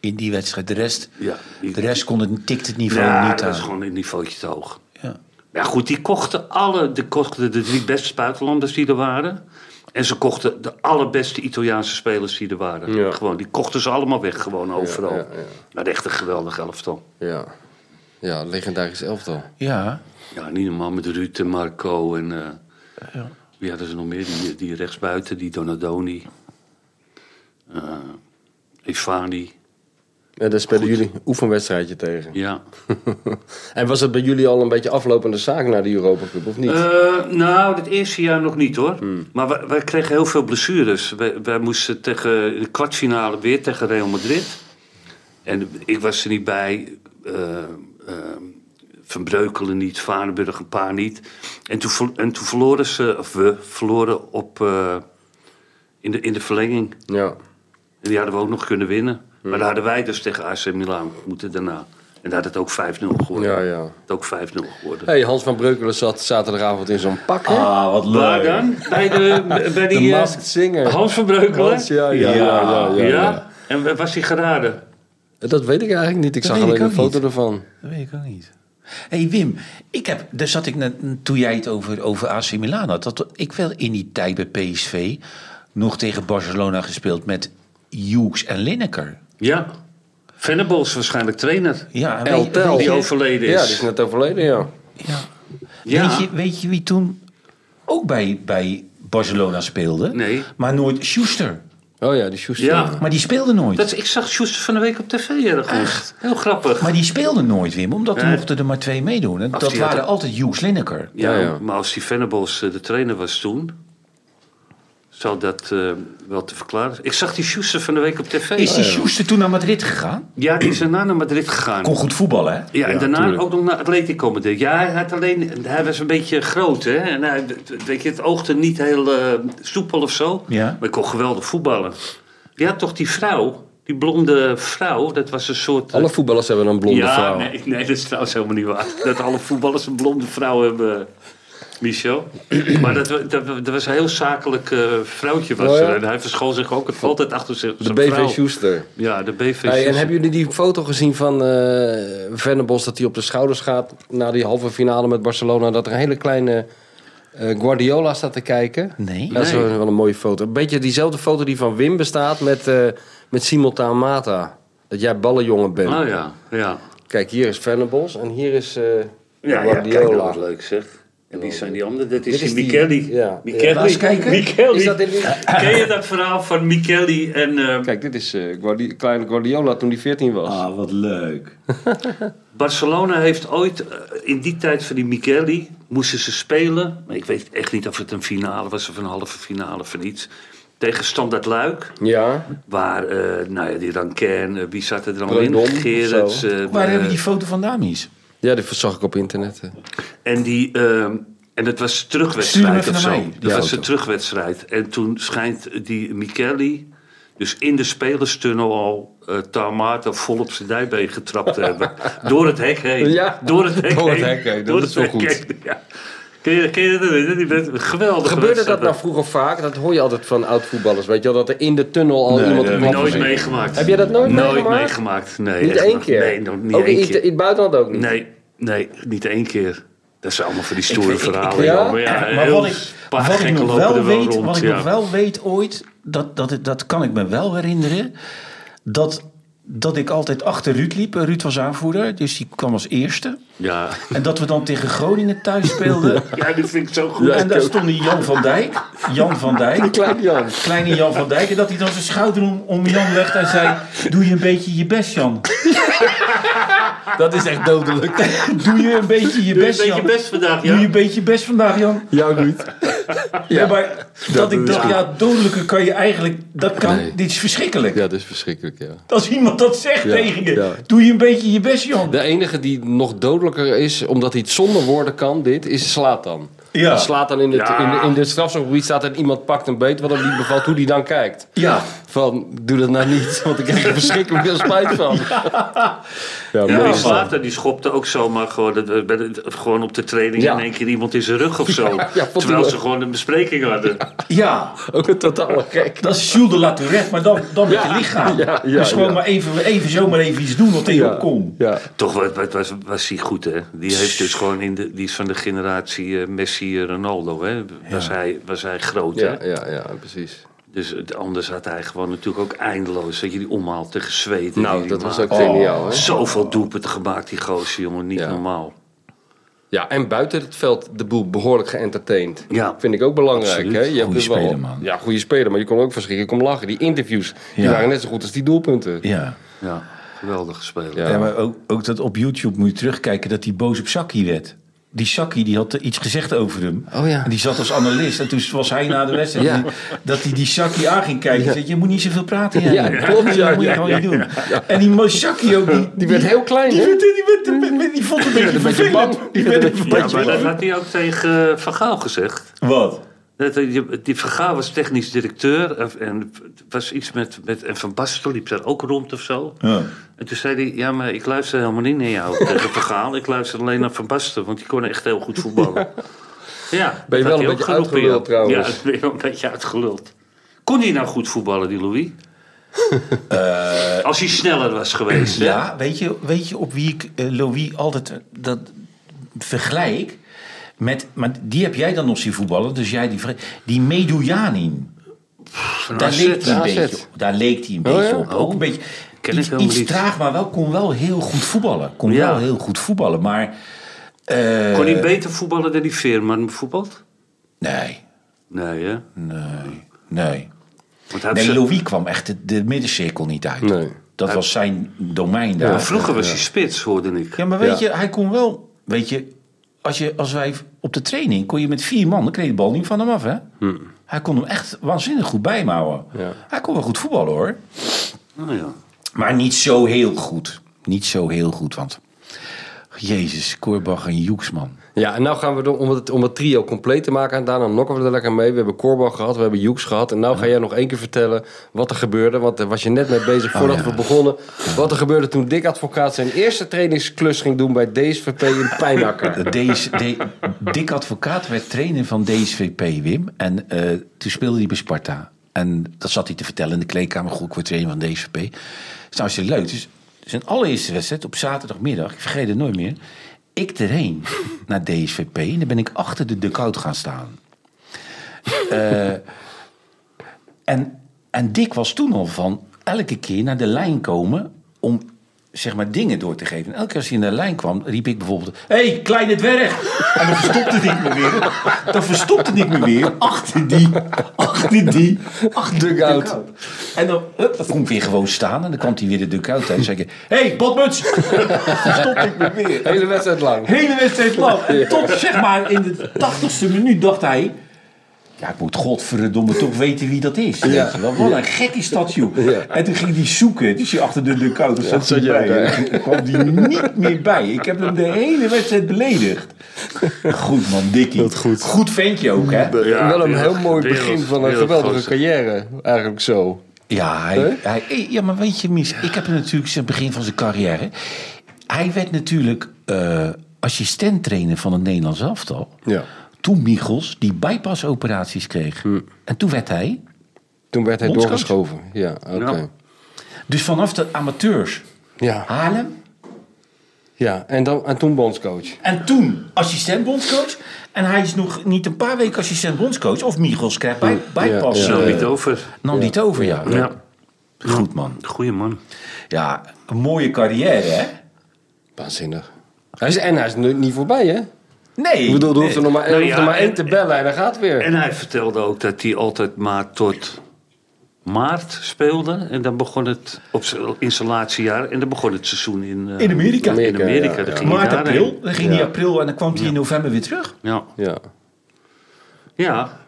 [SPEAKER 4] In die wedstrijd. De rest,
[SPEAKER 3] Ja, die-
[SPEAKER 4] de rest kon het, tikt het niveau
[SPEAKER 3] ja,
[SPEAKER 4] niet
[SPEAKER 3] dat
[SPEAKER 4] aan.
[SPEAKER 3] is gewoon een niveautje te hoog.
[SPEAKER 4] Ja.
[SPEAKER 3] Ja, goed, die kochten alle, de, kochten de drie beste buitenlanders die er waren. En ze kochten de allerbeste Italiaanse spelers die er waren.
[SPEAKER 2] Ja.
[SPEAKER 3] Gewoon, die kochten ze allemaal weg, gewoon overal.
[SPEAKER 2] ja, ja.
[SPEAKER 3] Maar echt een geweldig elftal.
[SPEAKER 2] Ja. Ja, legendarisch elftal.
[SPEAKER 4] Ja.
[SPEAKER 3] Ja, niet normaal met Ruud en Marco en... eh Wie hadden ze nog meer? Die, die rechtsbuiten, die Donadoni. eh Ifani.
[SPEAKER 2] En daar spelen jullie een oefenwedstrijdje tegen.
[SPEAKER 3] Ja.
[SPEAKER 2] En was het bij jullie al een beetje aflopende zaak na die Europa Cup, of niet?
[SPEAKER 3] Eh, nou, het eerste jaar nog niet hoor. Maar wij, wij kregen heel veel blessures. Wij, wij moesten tegen, in de kwartfinale weer tegen Real Madrid. En ik was er niet bij. eh, eh, van Breukelen niet, Varenburg een paar niet. En toen, ver- en toen verloren ze, of we verloren op, eh, in, de, in de verlenging.
[SPEAKER 2] ja.
[SPEAKER 3] En die hadden we ook nog kunnen winnen. Maar daar hadden wij dus tegen AC Milan moeten daarna. En daar had het ook 5-0 geworden.
[SPEAKER 2] Ja, ja.
[SPEAKER 3] Het ook 5-0 geworden.
[SPEAKER 2] Hey, Hans van Breukelen zat zaterdagavond in zo'n pak, hè?
[SPEAKER 4] Ah, wat
[SPEAKER 3] Waar
[SPEAKER 4] leuk.
[SPEAKER 3] dan? Bij, de, bij
[SPEAKER 2] De
[SPEAKER 3] die... eh,
[SPEAKER 2] Masked Singer.
[SPEAKER 3] Hans van Breukelen?
[SPEAKER 2] Hans, ja, ja, ja, ja, ja,
[SPEAKER 3] Ja?
[SPEAKER 2] ja.
[SPEAKER 3] En wa- was hij geraden?
[SPEAKER 2] Dat weet ik eigenlijk niet. Ik
[SPEAKER 4] Dat
[SPEAKER 2] zag
[SPEAKER 4] weet ik
[SPEAKER 2] alleen een
[SPEAKER 4] ook
[SPEAKER 2] foto
[SPEAKER 4] niet.
[SPEAKER 2] ervan.
[SPEAKER 4] Dat weet ik ook niet. Hé hey Wim, ik heb, daar zat ik net, toen jij het over, over AC Milan had. Dat, ik wel in die tijd bij PSV nog tegen Barcelona gespeeld met Hughes en Lineker.
[SPEAKER 3] Ja. Venables waarschijnlijk trainer.
[SPEAKER 4] Ja, en
[SPEAKER 2] El
[SPEAKER 4] weet-
[SPEAKER 2] Tel.
[SPEAKER 4] weet
[SPEAKER 3] Die
[SPEAKER 4] je-
[SPEAKER 3] overleden
[SPEAKER 2] Oh, Ja, dus die
[SPEAKER 3] is.
[SPEAKER 2] is net overleden, ja.
[SPEAKER 4] Ja.
[SPEAKER 3] Ja.
[SPEAKER 4] Weet, je, weet je wie toen ook bij, bij Barcelona speelde?
[SPEAKER 3] Nee.
[SPEAKER 4] Maar nooit Schuster.
[SPEAKER 2] Oh ja, die Schuster.
[SPEAKER 3] Ja.
[SPEAKER 4] Maar die speelde nooit.
[SPEAKER 3] Dat, ik zag Sjoester van de week op tv ergens. Heel grappig.
[SPEAKER 4] Maar die speelden nooit, Wim, omdat er
[SPEAKER 3] Nee.
[SPEAKER 4] mochten er maar twee meedoen. En
[SPEAKER 3] Ach,
[SPEAKER 4] dat
[SPEAKER 3] die had
[SPEAKER 4] waren
[SPEAKER 3] er-
[SPEAKER 4] altijd Hughes Lineker.
[SPEAKER 3] ja,
[SPEAKER 2] Ja, ja.
[SPEAKER 3] maar als die Venables eh, de trainer was toen... zou dat eh, wel te verklaren zijn. Ik zag die Sjoester van de week op tv.
[SPEAKER 4] Is die Schuster toen naar Madrid gegaan?
[SPEAKER 3] Ja, die is daarna naar Madrid gegaan.
[SPEAKER 4] Kon goed voetballen, hè?
[SPEAKER 3] Ja, en
[SPEAKER 2] Ja,
[SPEAKER 3] daarna
[SPEAKER 2] tuurlijk.
[SPEAKER 3] ook nog naar Atletico Madrid. Ja, hij, had alleen, hij was een beetje groot, hè. En hij, weet je, het oogde niet heel eh, soepel of zo.
[SPEAKER 4] Ja.
[SPEAKER 3] Maar hij kon geweldig voetballen. Die had toch die vrouw, die blonde vrouw, dat was een soort... eh,
[SPEAKER 2] Alle voetballers hebben een blonde
[SPEAKER 3] ja,
[SPEAKER 2] vrouw.
[SPEAKER 3] Nee, nee, dat is trouwens helemaal niet waar. Dat alle voetballers een blonde vrouw hebben, eh, Michel. Maar dat, wa- dat, wa- dat was een heel zakelijk eh, vrouwtje was
[SPEAKER 2] Oh ja.
[SPEAKER 3] er. En hij verschool zich ook altijd achter zich.
[SPEAKER 2] De
[SPEAKER 3] zijn
[SPEAKER 2] BV
[SPEAKER 3] vrouw.
[SPEAKER 2] Schuster.
[SPEAKER 3] Ja, de BV
[SPEAKER 2] Hey, en
[SPEAKER 4] dus-
[SPEAKER 3] Sjoerd.
[SPEAKER 2] hebben jullie die foto gezien van eh Venables dat hij op de schouders gaat na die halve finale met Barcelona? Dat er een hele kleine eh, Guardiola staat te kijken.
[SPEAKER 4] Nee.
[SPEAKER 2] Dat is
[SPEAKER 3] Nee.
[SPEAKER 2] wel, wel een mooie foto. Een beetje diezelfde foto die van Wim bestaat met, eh met Simultaan Mata. Dat jij ballenjongen bent.
[SPEAKER 3] Oh ja, ja.
[SPEAKER 2] Kijk, hier is Venables en hier is eh,
[SPEAKER 3] Ja, ja kijk nou
[SPEAKER 2] Guardiola.
[SPEAKER 3] wat leuk zeg. En wie zijn die anderen? Dat is,
[SPEAKER 2] Dit
[SPEAKER 3] die
[SPEAKER 2] is die-
[SPEAKER 3] Micheli.
[SPEAKER 2] ja.
[SPEAKER 3] Micheli.
[SPEAKER 4] Laat eens kijken.
[SPEAKER 3] Micheli.
[SPEAKER 2] Is dat dit niet?
[SPEAKER 3] Ken je dat verhaal van Micheli en eh,
[SPEAKER 2] Kijk, dit is eh, Guardi- kleine Guardiola toen hij 14 was.
[SPEAKER 4] Ah, wat leuk.
[SPEAKER 3] Barcelona heeft ooit, eh, in die tijd van die Micheli, moesten ze spelen. Maar ik weet echt niet of het een finale was of een halve finale of iets. Tegen Standard Luik,
[SPEAKER 2] Ja,
[SPEAKER 3] waar, eh, nou ja, die Rankin, eh, wie zat er dan al
[SPEAKER 2] Preud'homme
[SPEAKER 3] in?
[SPEAKER 2] of zo.
[SPEAKER 3] Gerrits. eh,
[SPEAKER 4] Waar
[SPEAKER 3] eh,
[SPEAKER 4] hebben die foto vandaan, Mies?
[SPEAKER 2] ja, die zag ik op internet. eh. hè.
[SPEAKER 3] En die. ehm, en het was een
[SPEAKER 4] Stuur hem
[SPEAKER 3] terugwedstrijd
[SPEAKER 4] even
[SPEAKER 3] of
[SPEAKER 4] naar
[SPEAKER 3] zo.
[SPEAKER 4] mij, die
[SPEAKER 3] Dat was
[SPEAKER 4] foto.
[SPEAKER 3] een terugwedstrijd. En toen schijnt die Micheli. Dus in de spelerstunnel al eh Tamata vol op zijn dijbeen getrapt te hebben. Door het hek heen.
[SPEAKER 2] Ja,
[SPEAKER 3] door het hek
[SPEAKER 2] door het
[SPEAKER 3] heen.
[SPEAKER 2] hek heen, dat
[SPEAKER 3] Door
[SPEAKER 2] is
[SPEAKER 3] het
[SPEAKER 2] wel
[SPEAKER 3] hek
[SPEAKER 2] goed.
[SPEAKER 3] heen, ja. Ken je, ken je dat? herinneren? Die werd- Geweldig.
[SPEAKER 2] Gebeurde dat nou vroeger vaak? Dat hoor je altijd van oud-voetballers, weet je wel? Dat er in de tunnel al iemand
[SPEAKER 3] heb
[SPEAKER 2] op
[SPEAKER 3] ik
[SPEAKER 2] pad
[SPEAKER 3] nooit
[SPEAKER 2] is.
[SPEAKER 3] meegemaakt.
[SPEAKER 2] Heb jij dat nooit meegemaakt?
[SPEAKER 3] meegemaakt? Nee,
[SPEAKER 2] Niet
[SPEAKER 3] echt
[SPEAKER 2] één
[SPEAKER 3] nog-
[SPEAKER 2] keer?
[SPEAKER 3] Nee, nog niet
[SPEAKER 2] ook
[SPEAKER 3] één
[SPEAKER 2] in,
[SPEAKER 3] keer.
[SPEAKER 2] in het buitenland ook niet?
[SPEAKER 3] Nee, nee, niet één keer. Dat zijn allemaal van die stoere verhalen.
[SPEAKER 2] ja?
[SPEAKER 3] joh. Maar, ja,
[SPEAKER 4] maar
[SPEAKER 3] heel
[SPEAKER 4] wat ik,
[SPEAKER 3] paar
[SPEAKER 4] wat ik
[SPEAKER 3] gekken
[SPEAKER 4] nog
[SPEAKER 3] lopen
[SPEAKER 4] wel
[SPEAKER 3] er
[SPEAKER 4] weet,
[SPEAKER 3] rond,
[SPEAKER 4] wat ik
[SPEAKER 3] ja.
[SPEAKER 4] nog wel weet ooit, dat, dat, dat kan ik me wel herinneren, dat, dat ik altijd achter Ruud liep. Ruud was aanvoerder, dus die kwam als eerste.
[SPEAKER 3] Ja.
[SPEAKER 4] En dat we dan tegen Groningen thuis speelden.
[SPEAKER 3] ja, dit vind ik zo goed.
[SPEAKER 4] en daar stond die Jan van Dijk. Jan van Dijk.
[SPEAKER 2] Klein Jan.
[SPEAKER 4] Kleine Jan van Dijk. En dat hij dan zijn schouder om, om Jan legt en zei... Doe je een beetje je best, Jan.
[SPEAKER 2] Dat is echt dodelijk.
[SPEAKER 4] Doe je een beetje je
[SPEAKER 3] Doe je een
[SPEAKER 4] best,
[SPEAKER 3] beetje
[SPEAKER 4] Jan.
[SPEAKER 3] best vandaag,
[SPEAKER 4] Doe je
[SPEAKER 3] ja?
[SPEAKER 4] een beetje je best vandaag, Jan.
[SPEAKER 2] Jou niet.
[SPEAKER 5] Nee, maar dat ik dacht, ja, dodelijker kan je eigenlijk... Dat kan,
[SPEAKER 2] Nee.
[SPEAKER 5] Dit is verschrikkelijk.
[SPEAKER 2] Ja, dat is verschrikkelijk, ja.
[SPEAKER 5] Als iemand dat zegt
[SPEAKER 2] Ja,
[SPEAKER 5] tegen je,
[SPEAKER 2] ja.
[SPEAKER 5] doe je een beetje je best, Jan.
[SPEAKER 2] De enige die nog dodelijker is, omdat hij het zonder woorden kan, dit, is Slatan.
[SPEAKER 5] Ja.
[SPEAKER 2] Slatan in het,
[SPEAKER 3] Ja.
[SPEAKER 2] in, in het strafschopgebied staat en iemand pakt een beet wat hem niet bevalt, hoe die dan kijkt.
[SPEAKER 5] Ja.
[SPEAKER 2] Van, doe dat nou niet, want ik krijg er verschrikkelijk veel spijt van. Ja,
[SPEAKER 3] Ja,
[SPEAKER 2] mooi
[SPEAKER 3] die
[SPEAKER 2] is dat.
[SPEAKER 3] Slater die schopte ook zomaar gewoon, dat- eh, bij de- gewoon op de training
[SPEAKER 2] Ja.
[SPEAKER 3] in één keer iemand in zijn rug of zo.
[SPEAKER 2] ja, vond
[SPEAKER 3] terwijl
[SPEAKER 2] hij
[SPEAKER 3] ze gewoon een bespreking hadden.
[SPEAKER 5] Ja,
[SPEAKER 2] Ook een totale gek.
[SPEAKER 5] dat is Jules de La Tourette, maar dan, dan met je lichaam.
[SPEAKER 2] ja, ja,
[SPEAKER 5] dus gewoon
[SPEAKER 2] ja.
[SPEAKER 5] maar even, even zomaar even iets doen wat in je
[SPEAKER 2] Ja,
[SPEAKER 5] opkomt.
[SPEAKER 2] ja.
[SPEAKER 3] Toch was, was, was, was hij goed, hè? Die, heeft dus gewoon in de, die is van de generatie eh, Messi eh, Ronaldo, hè? Was, hij, was hij groot, hè?
[SPEAKER 2] Ja, ja, ja, precies.
[SPEAKER 3] Dus het, anders had hij gewoon natuurlijk ook eindeloos, dat je die omhaal te gezweten.
[SPEAKER 2] Nou,
[SPEAKER 3] die
[SPEAKER 2] dat
[SPEAKER 3] die
[SPEAKER 2] was
[SPEAKER 3] maakt.
[SPEAKER 2] ook geniaal, hè?
[SPEAKER 3] Zoveel doelpunten gemaakt, die gozer, jongen. Niet
[SPEAKER 2] Ja.
[SPEAKER 3] normaal.
[SPEAKER 2] Ja, en buiten het veld de boel behoorlijk geëntertaind.
[SPEAKER 3] Ja.
[SPEAKER 2] Vind ik ook belangrijk.
[SPEAKER 4] Absoluut.
[SPEAKER 2] Hè? Je hebt
[SPEAKER 4] Goeie
[SPEAKER 2] dus wel-
[SPEAKER 4] speler, man.
[SPEAKER 2] Ja, goede speler, maar je kon ook verschrikkelijk om lachen. Die interviews die
[SPEAKER 4] Ja.
[SPEAKER 2] waren net zo goed als die doelpunten.
[SPEAKER 4] Ja.
[SPEAKER 3] Ja, geweldige speler.
[SPEAKER 2] Ja.
[SPEAKER 4] Ja, maar ook, ook dat op YouTube moet je terugkijken dat hij boos op Saki werd. Die Saki die had eh, iets gezegd over hem.
[SPEAKER 2] Oh ja.
[SPEAKER 4] En die zat als analist. En toen was hij na de wedstrijd.
[SPEAKER 2] Ja.
[SPEAKER 4] die- dat hij die Saki aan ging kijken. en Zei, je moet niet zoveel praten. jij."
[SPEAKER 2] Ja, klopt, ja,
[SPEAKER 4] Dat moet je
[SPEAKER 2] ja,
[SPEAKER 4] gewoon niet doen. En die mo- Saki ook. Die,
[SPEAKER 2] Die werd heel klein,
[SPEAKER 4] die,
[SPEAKER 2] hè?
[SPEAKER 4] werd- die, werd- die, werd- die vond het een beetje vervelend.
[SPEAKER 2] bang.
[SPEAKER 4] Die werd een
[SPEAKER 3] Ja,
[SPEAKER 4] beetje
[SPEAKER 3] maar dat
[SPEAKER 4] bang.
[SPEAKER 3] had hij ook tegen eh, Van Gaal gezegd.
[SPEAKER 4] Wat?
[SPEAKER 3] Dat, eh, je- Die Vergaal was technisch directeur en- en het was iets met, met en Van Basten liep daar ook rond of zo.
[SPEAKER 4] Ja.
[SPEAKER 3] En toen zei hij, ja, maar ik luister helemaal niet naar jou tegen Vergaal. Ik luister alleen naar Van Basten, want die kon echt heel goed voetballen. Ja,
[SPEAKER 2] Ben je
[SPEAKER 3] dat
[SPEAKER 2] wel een
[SPEAKER 3] had hij ook
[SPEAKER 2] beetje
[SPEAKER 3] geroepen,
[SPEAKER 2] uitgeluld
[SPEAKER 3] ja.
[SPEAKER 2] trouwens.
[SPEAKER 3] Ja, ben je wel een beetje uitgeluld. Kon hij nou goed voetballen, die Louis?
[SPEAKER 2] Eh,
[SPEAKER 3] Als hij sneller was geweest, hè?
[SPEAKER 4] Ja, weet je, weet je op wie ik eh, Louis altijd eh, dat vergelijk? Met, maar die heb jij dan nog zien voetballen. Dus jij die, ver- die Medujanin.
[SPEAKER 3] Van
[SPEAKER 4] Daar
[SPEAKER 3] AZ.
[SPEAKER 4] leek hij een
[SPEAKER 2] AZ.
[SPEAKER 4] beetje op. Daar leek hij een
[SPEAKER 2] Oh,
[SPEAKER 4] beetje
[SPEAKER 2] ja?
[SPEAKER 4] op. Ook een beetje
[SPEAKER 3] Ken ik
[SPEAKER 4] iets,
[SPEAKER 3] helemaal
[SPEAKER 4] iets
[SPEAKER 3] niet.
[SPEAKER 4] traag, maar wel kon wel heel goed voetballen. Kon
[SPEAKER 3] Ja.
[SPEAKER 4] wel heel goed voetballen, maar eh,
[SPEAKER 3] Kon hij beter voetballen dan die Veerman voetbalt?
[SPEAKER 4] nee,
[SPEAKER 3] Nee, hè?
[SPEAKER 4] nee, nee.
[SPEAKER 3] Want hij had
[SPEAKER 4] Nee,
[SPEAKER 3] ze-
[SPEAKER 4] Louis kwam echt de, de middencirkel niet uit.
[SPEAKER 2] Nee.
[SPEAKER 4] Dat was zijn domein daar.
[SPEAKER 3] Vroeger was hij spits, hoorde ik.
[SPEAKER 4] Ja, maar weet
[SPEAKER 2] Ja.
[SPEAKER 4] je, hij kon wel. Weet je als, je, als wij op de training kon je met vier man, dan kreeg je de bal niet van hem af, hè? Hij kon hem echt waanzinnig goed bijhouden.
[SPEAKER 2] Hmm. Ja.
[SPEAKER 4] Hij kon wel goed voetballen, hoor.
[SPEAKER 3] Nou ja.
[SPEAKER 4] Maar niet zo heel goed. Niet zo heel goed, want... Jezus, Korbach en Joeksman.
[SPEAKER 2] Ja, en nou gaan we door, om, het, om het trio compleet te maken. En daarna nokken we er lekker mee. We hebben Korbach gehad, we hebben Joeks gehad. En nou ga jij nog één keer vertellen wat er gebeurde. Want daar was je net mee bezig voordat
[SPEAKER 4] Oh, ja.
[SPEAKER 2] we begonnen. Wat er gebeurde toen Dick Advocaat zijn eerste trainingsklus ging doen bij DSVP in Pijnakker.
[SPEAKER 4] DS, D- Dick Advocaat werd trainer van DSVP, Wim. En eh, toen speelde hij bij Sparta. En dat zat hij te vertellen in de kleedkamer. Goed, ik word trainer van DSVP. Dat is nou heel leuk. Dus zijn allereerste wedstrijd op zaterdagmiddag. Ik vergeet het nooit meer. Ik erheen naar DSVP. En dan ben ik achter de dugout gaan staan. Eh, en, en Dick was toen al van elke keer naar de lijn komen om zeg maar dingen door te geven. En elke keer als hij naar de lijn kwam, riep ik bijvoorbeeld... Hé, hey, kleine dwerg! En dan verstopte ik me weer. Dan verstopte ik me weer achter die, achter die, achter die
[SPEAKER 2] Dugout.
[SPEAKER 4] dugout. En dan, hup, dan kon ik weer gewoon staan en dan kwam hij weer de dugout uit. En zei ik, hé, hey, botmuts! Dan verstopte ik me weer.
[SPEAKER 2] Hele wedstrijd lang.
[SPEAKER 4] Hele wedstrijd lang. En tot zeg maar in de tachtigste minuut dacht hij... Ja, ik moet godverdomme toch weten wie dat is. Weet je wel. Wat een gek is dat, joh. En toen ging hij zoeken. Dus hij achter de dugout ja, zat hij bij. En toen kwam hij niet meer bij. Ik heb hem de hele wedstrijd beledigd. Goed man, Dikkie. goed. ventje ook, hè?
[SPEAKER 3] Ja,
[SPEAKER 2] wel een heel
[SPEAKER 3] wereld-
[SPEAKER 2] mooi
[SPEAKER 3] wereld-
[SPEAKER 2] begin van een
[SPEAKER 3] wereldgozer.
[SPEAKER 2] geweldige carrière. Eigenlijk zo.
[SPEAKER 4] Ja, hij, hij, eh, ja, maar weet je, Mies, ik heb hem natuurlijk zijn begin van zijn carrière. Hij werd natuurlijk eh assistent trainer van het Nederlands elftal.
[SPEAKER 2] Ja. Hm.
[SPEAKER 4] Toen Michels die bypassoperaties kreeg. En toen werd hij.
[SPEAKER 2] Toen werd hij
[SPEAKER 4] Bondscoach?
[SPEAKER 2] doorgeschoven. Ja, oké.
[SPEAKER 3] Ja.
[SPEAKER 4] Dus vanaf de amateurs
[SPEAKER 2] Ja.
[SPEAKER 4] Haarlem.
[SPEAKER 2] ja. En, dan, en toen bondscoach.
[SPEAKER 4] En toen assistent bondscoach. En hij is nog niet een paar weken assistent bondscoach. Of Michels krijgt bij, bypass.
[SPEAKER 2] Hm. Ja,
[SPEAKER 3] Nam
[SPEAKER 4] eh,
[SPEAKER 3] niet over.
[SPEAKER 4] nam dit over, ja.
[SPEAKER 3] Ja,
[SPEAKER 4] Goed man.
[SPEAKER 3] goeie man.
[SPEAKER 4] Ja, een mooie carrière, hè?
[SPEAKER 2] Waanzinnig. Hij is, en hij is nu niet voorbij, hè?
[SPEAKER 4] Nee.
[SPEAKER 2] Ik bedoel, er hoeft
[SPEAKER 4] nee.
[SPEAKER 2] er nog maar, er
[SPEAKER 3] Nou
[SPEAKER 2] hoeft er
[SPEAKER 3] ja,
[SPEAKER 2] maar
[SPEAKER 3] en-
[SPEAKER 2] één te bellen en dan gaat het weer.
[SPEAKER 3] En hij vertelde ook dat hij altijd maar tot maart speelde. En dan begon het op zijn- in zijn laatste jaar. En dan begon het seizoen in, eh,
[SPEAKER 4] In Amerika.
[SPEAKER 3] In Amerika.
[SPEAKER 2] ja,
[SPEAKER 3] Dan
[SPEAKER 2] ja.
[SPEAKER 3] ging hij
[SPEAKER 4] Maart,
[SPEAKER 3] daarheen.
[SPEAKER 4] april. Dan ging hij april en dan kwam hij in november weer terug.
[SPEAKER 3] Ja.
[SPEAKER 2] Ja.
[SPEAKER 3] Ja,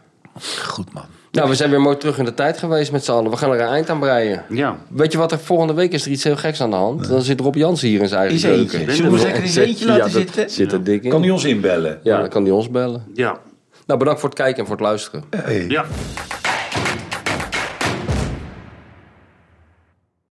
[SPEAKER 4] Goed, man.
[SPEAKER 2] Nou, we zijn weer mooi terug in de tijd geweest met z'n allen. We gaan er een eind aan breien.
[SPEAKER 3] ja.
[SPEAKER 2] Weet je wat er volgende week is? Er iets heel geks aan de hand. Dan zit Rob Jansen hier in zijn eigen
[SPEAKER 4] Is eentje.
[SPEAKER 2] keuken.
[SPEAKER 4] Zullen we eens lekker eens eentje laten
[SPEAKER 2] ja, dat
[SPEAKER 4] zitten?
[SPEAKER 2] Zit er dik in.
[SPEAKER 5] Kan hij ons inbellen?
[SPEAKER 2] Ja, dan kan hij ons bellen.
[SPEAKER 3] ja.
[SPEAKER 2] Nou, bedankt voor het kijken en voor het luisteren.
[SPEAKER 3] ja.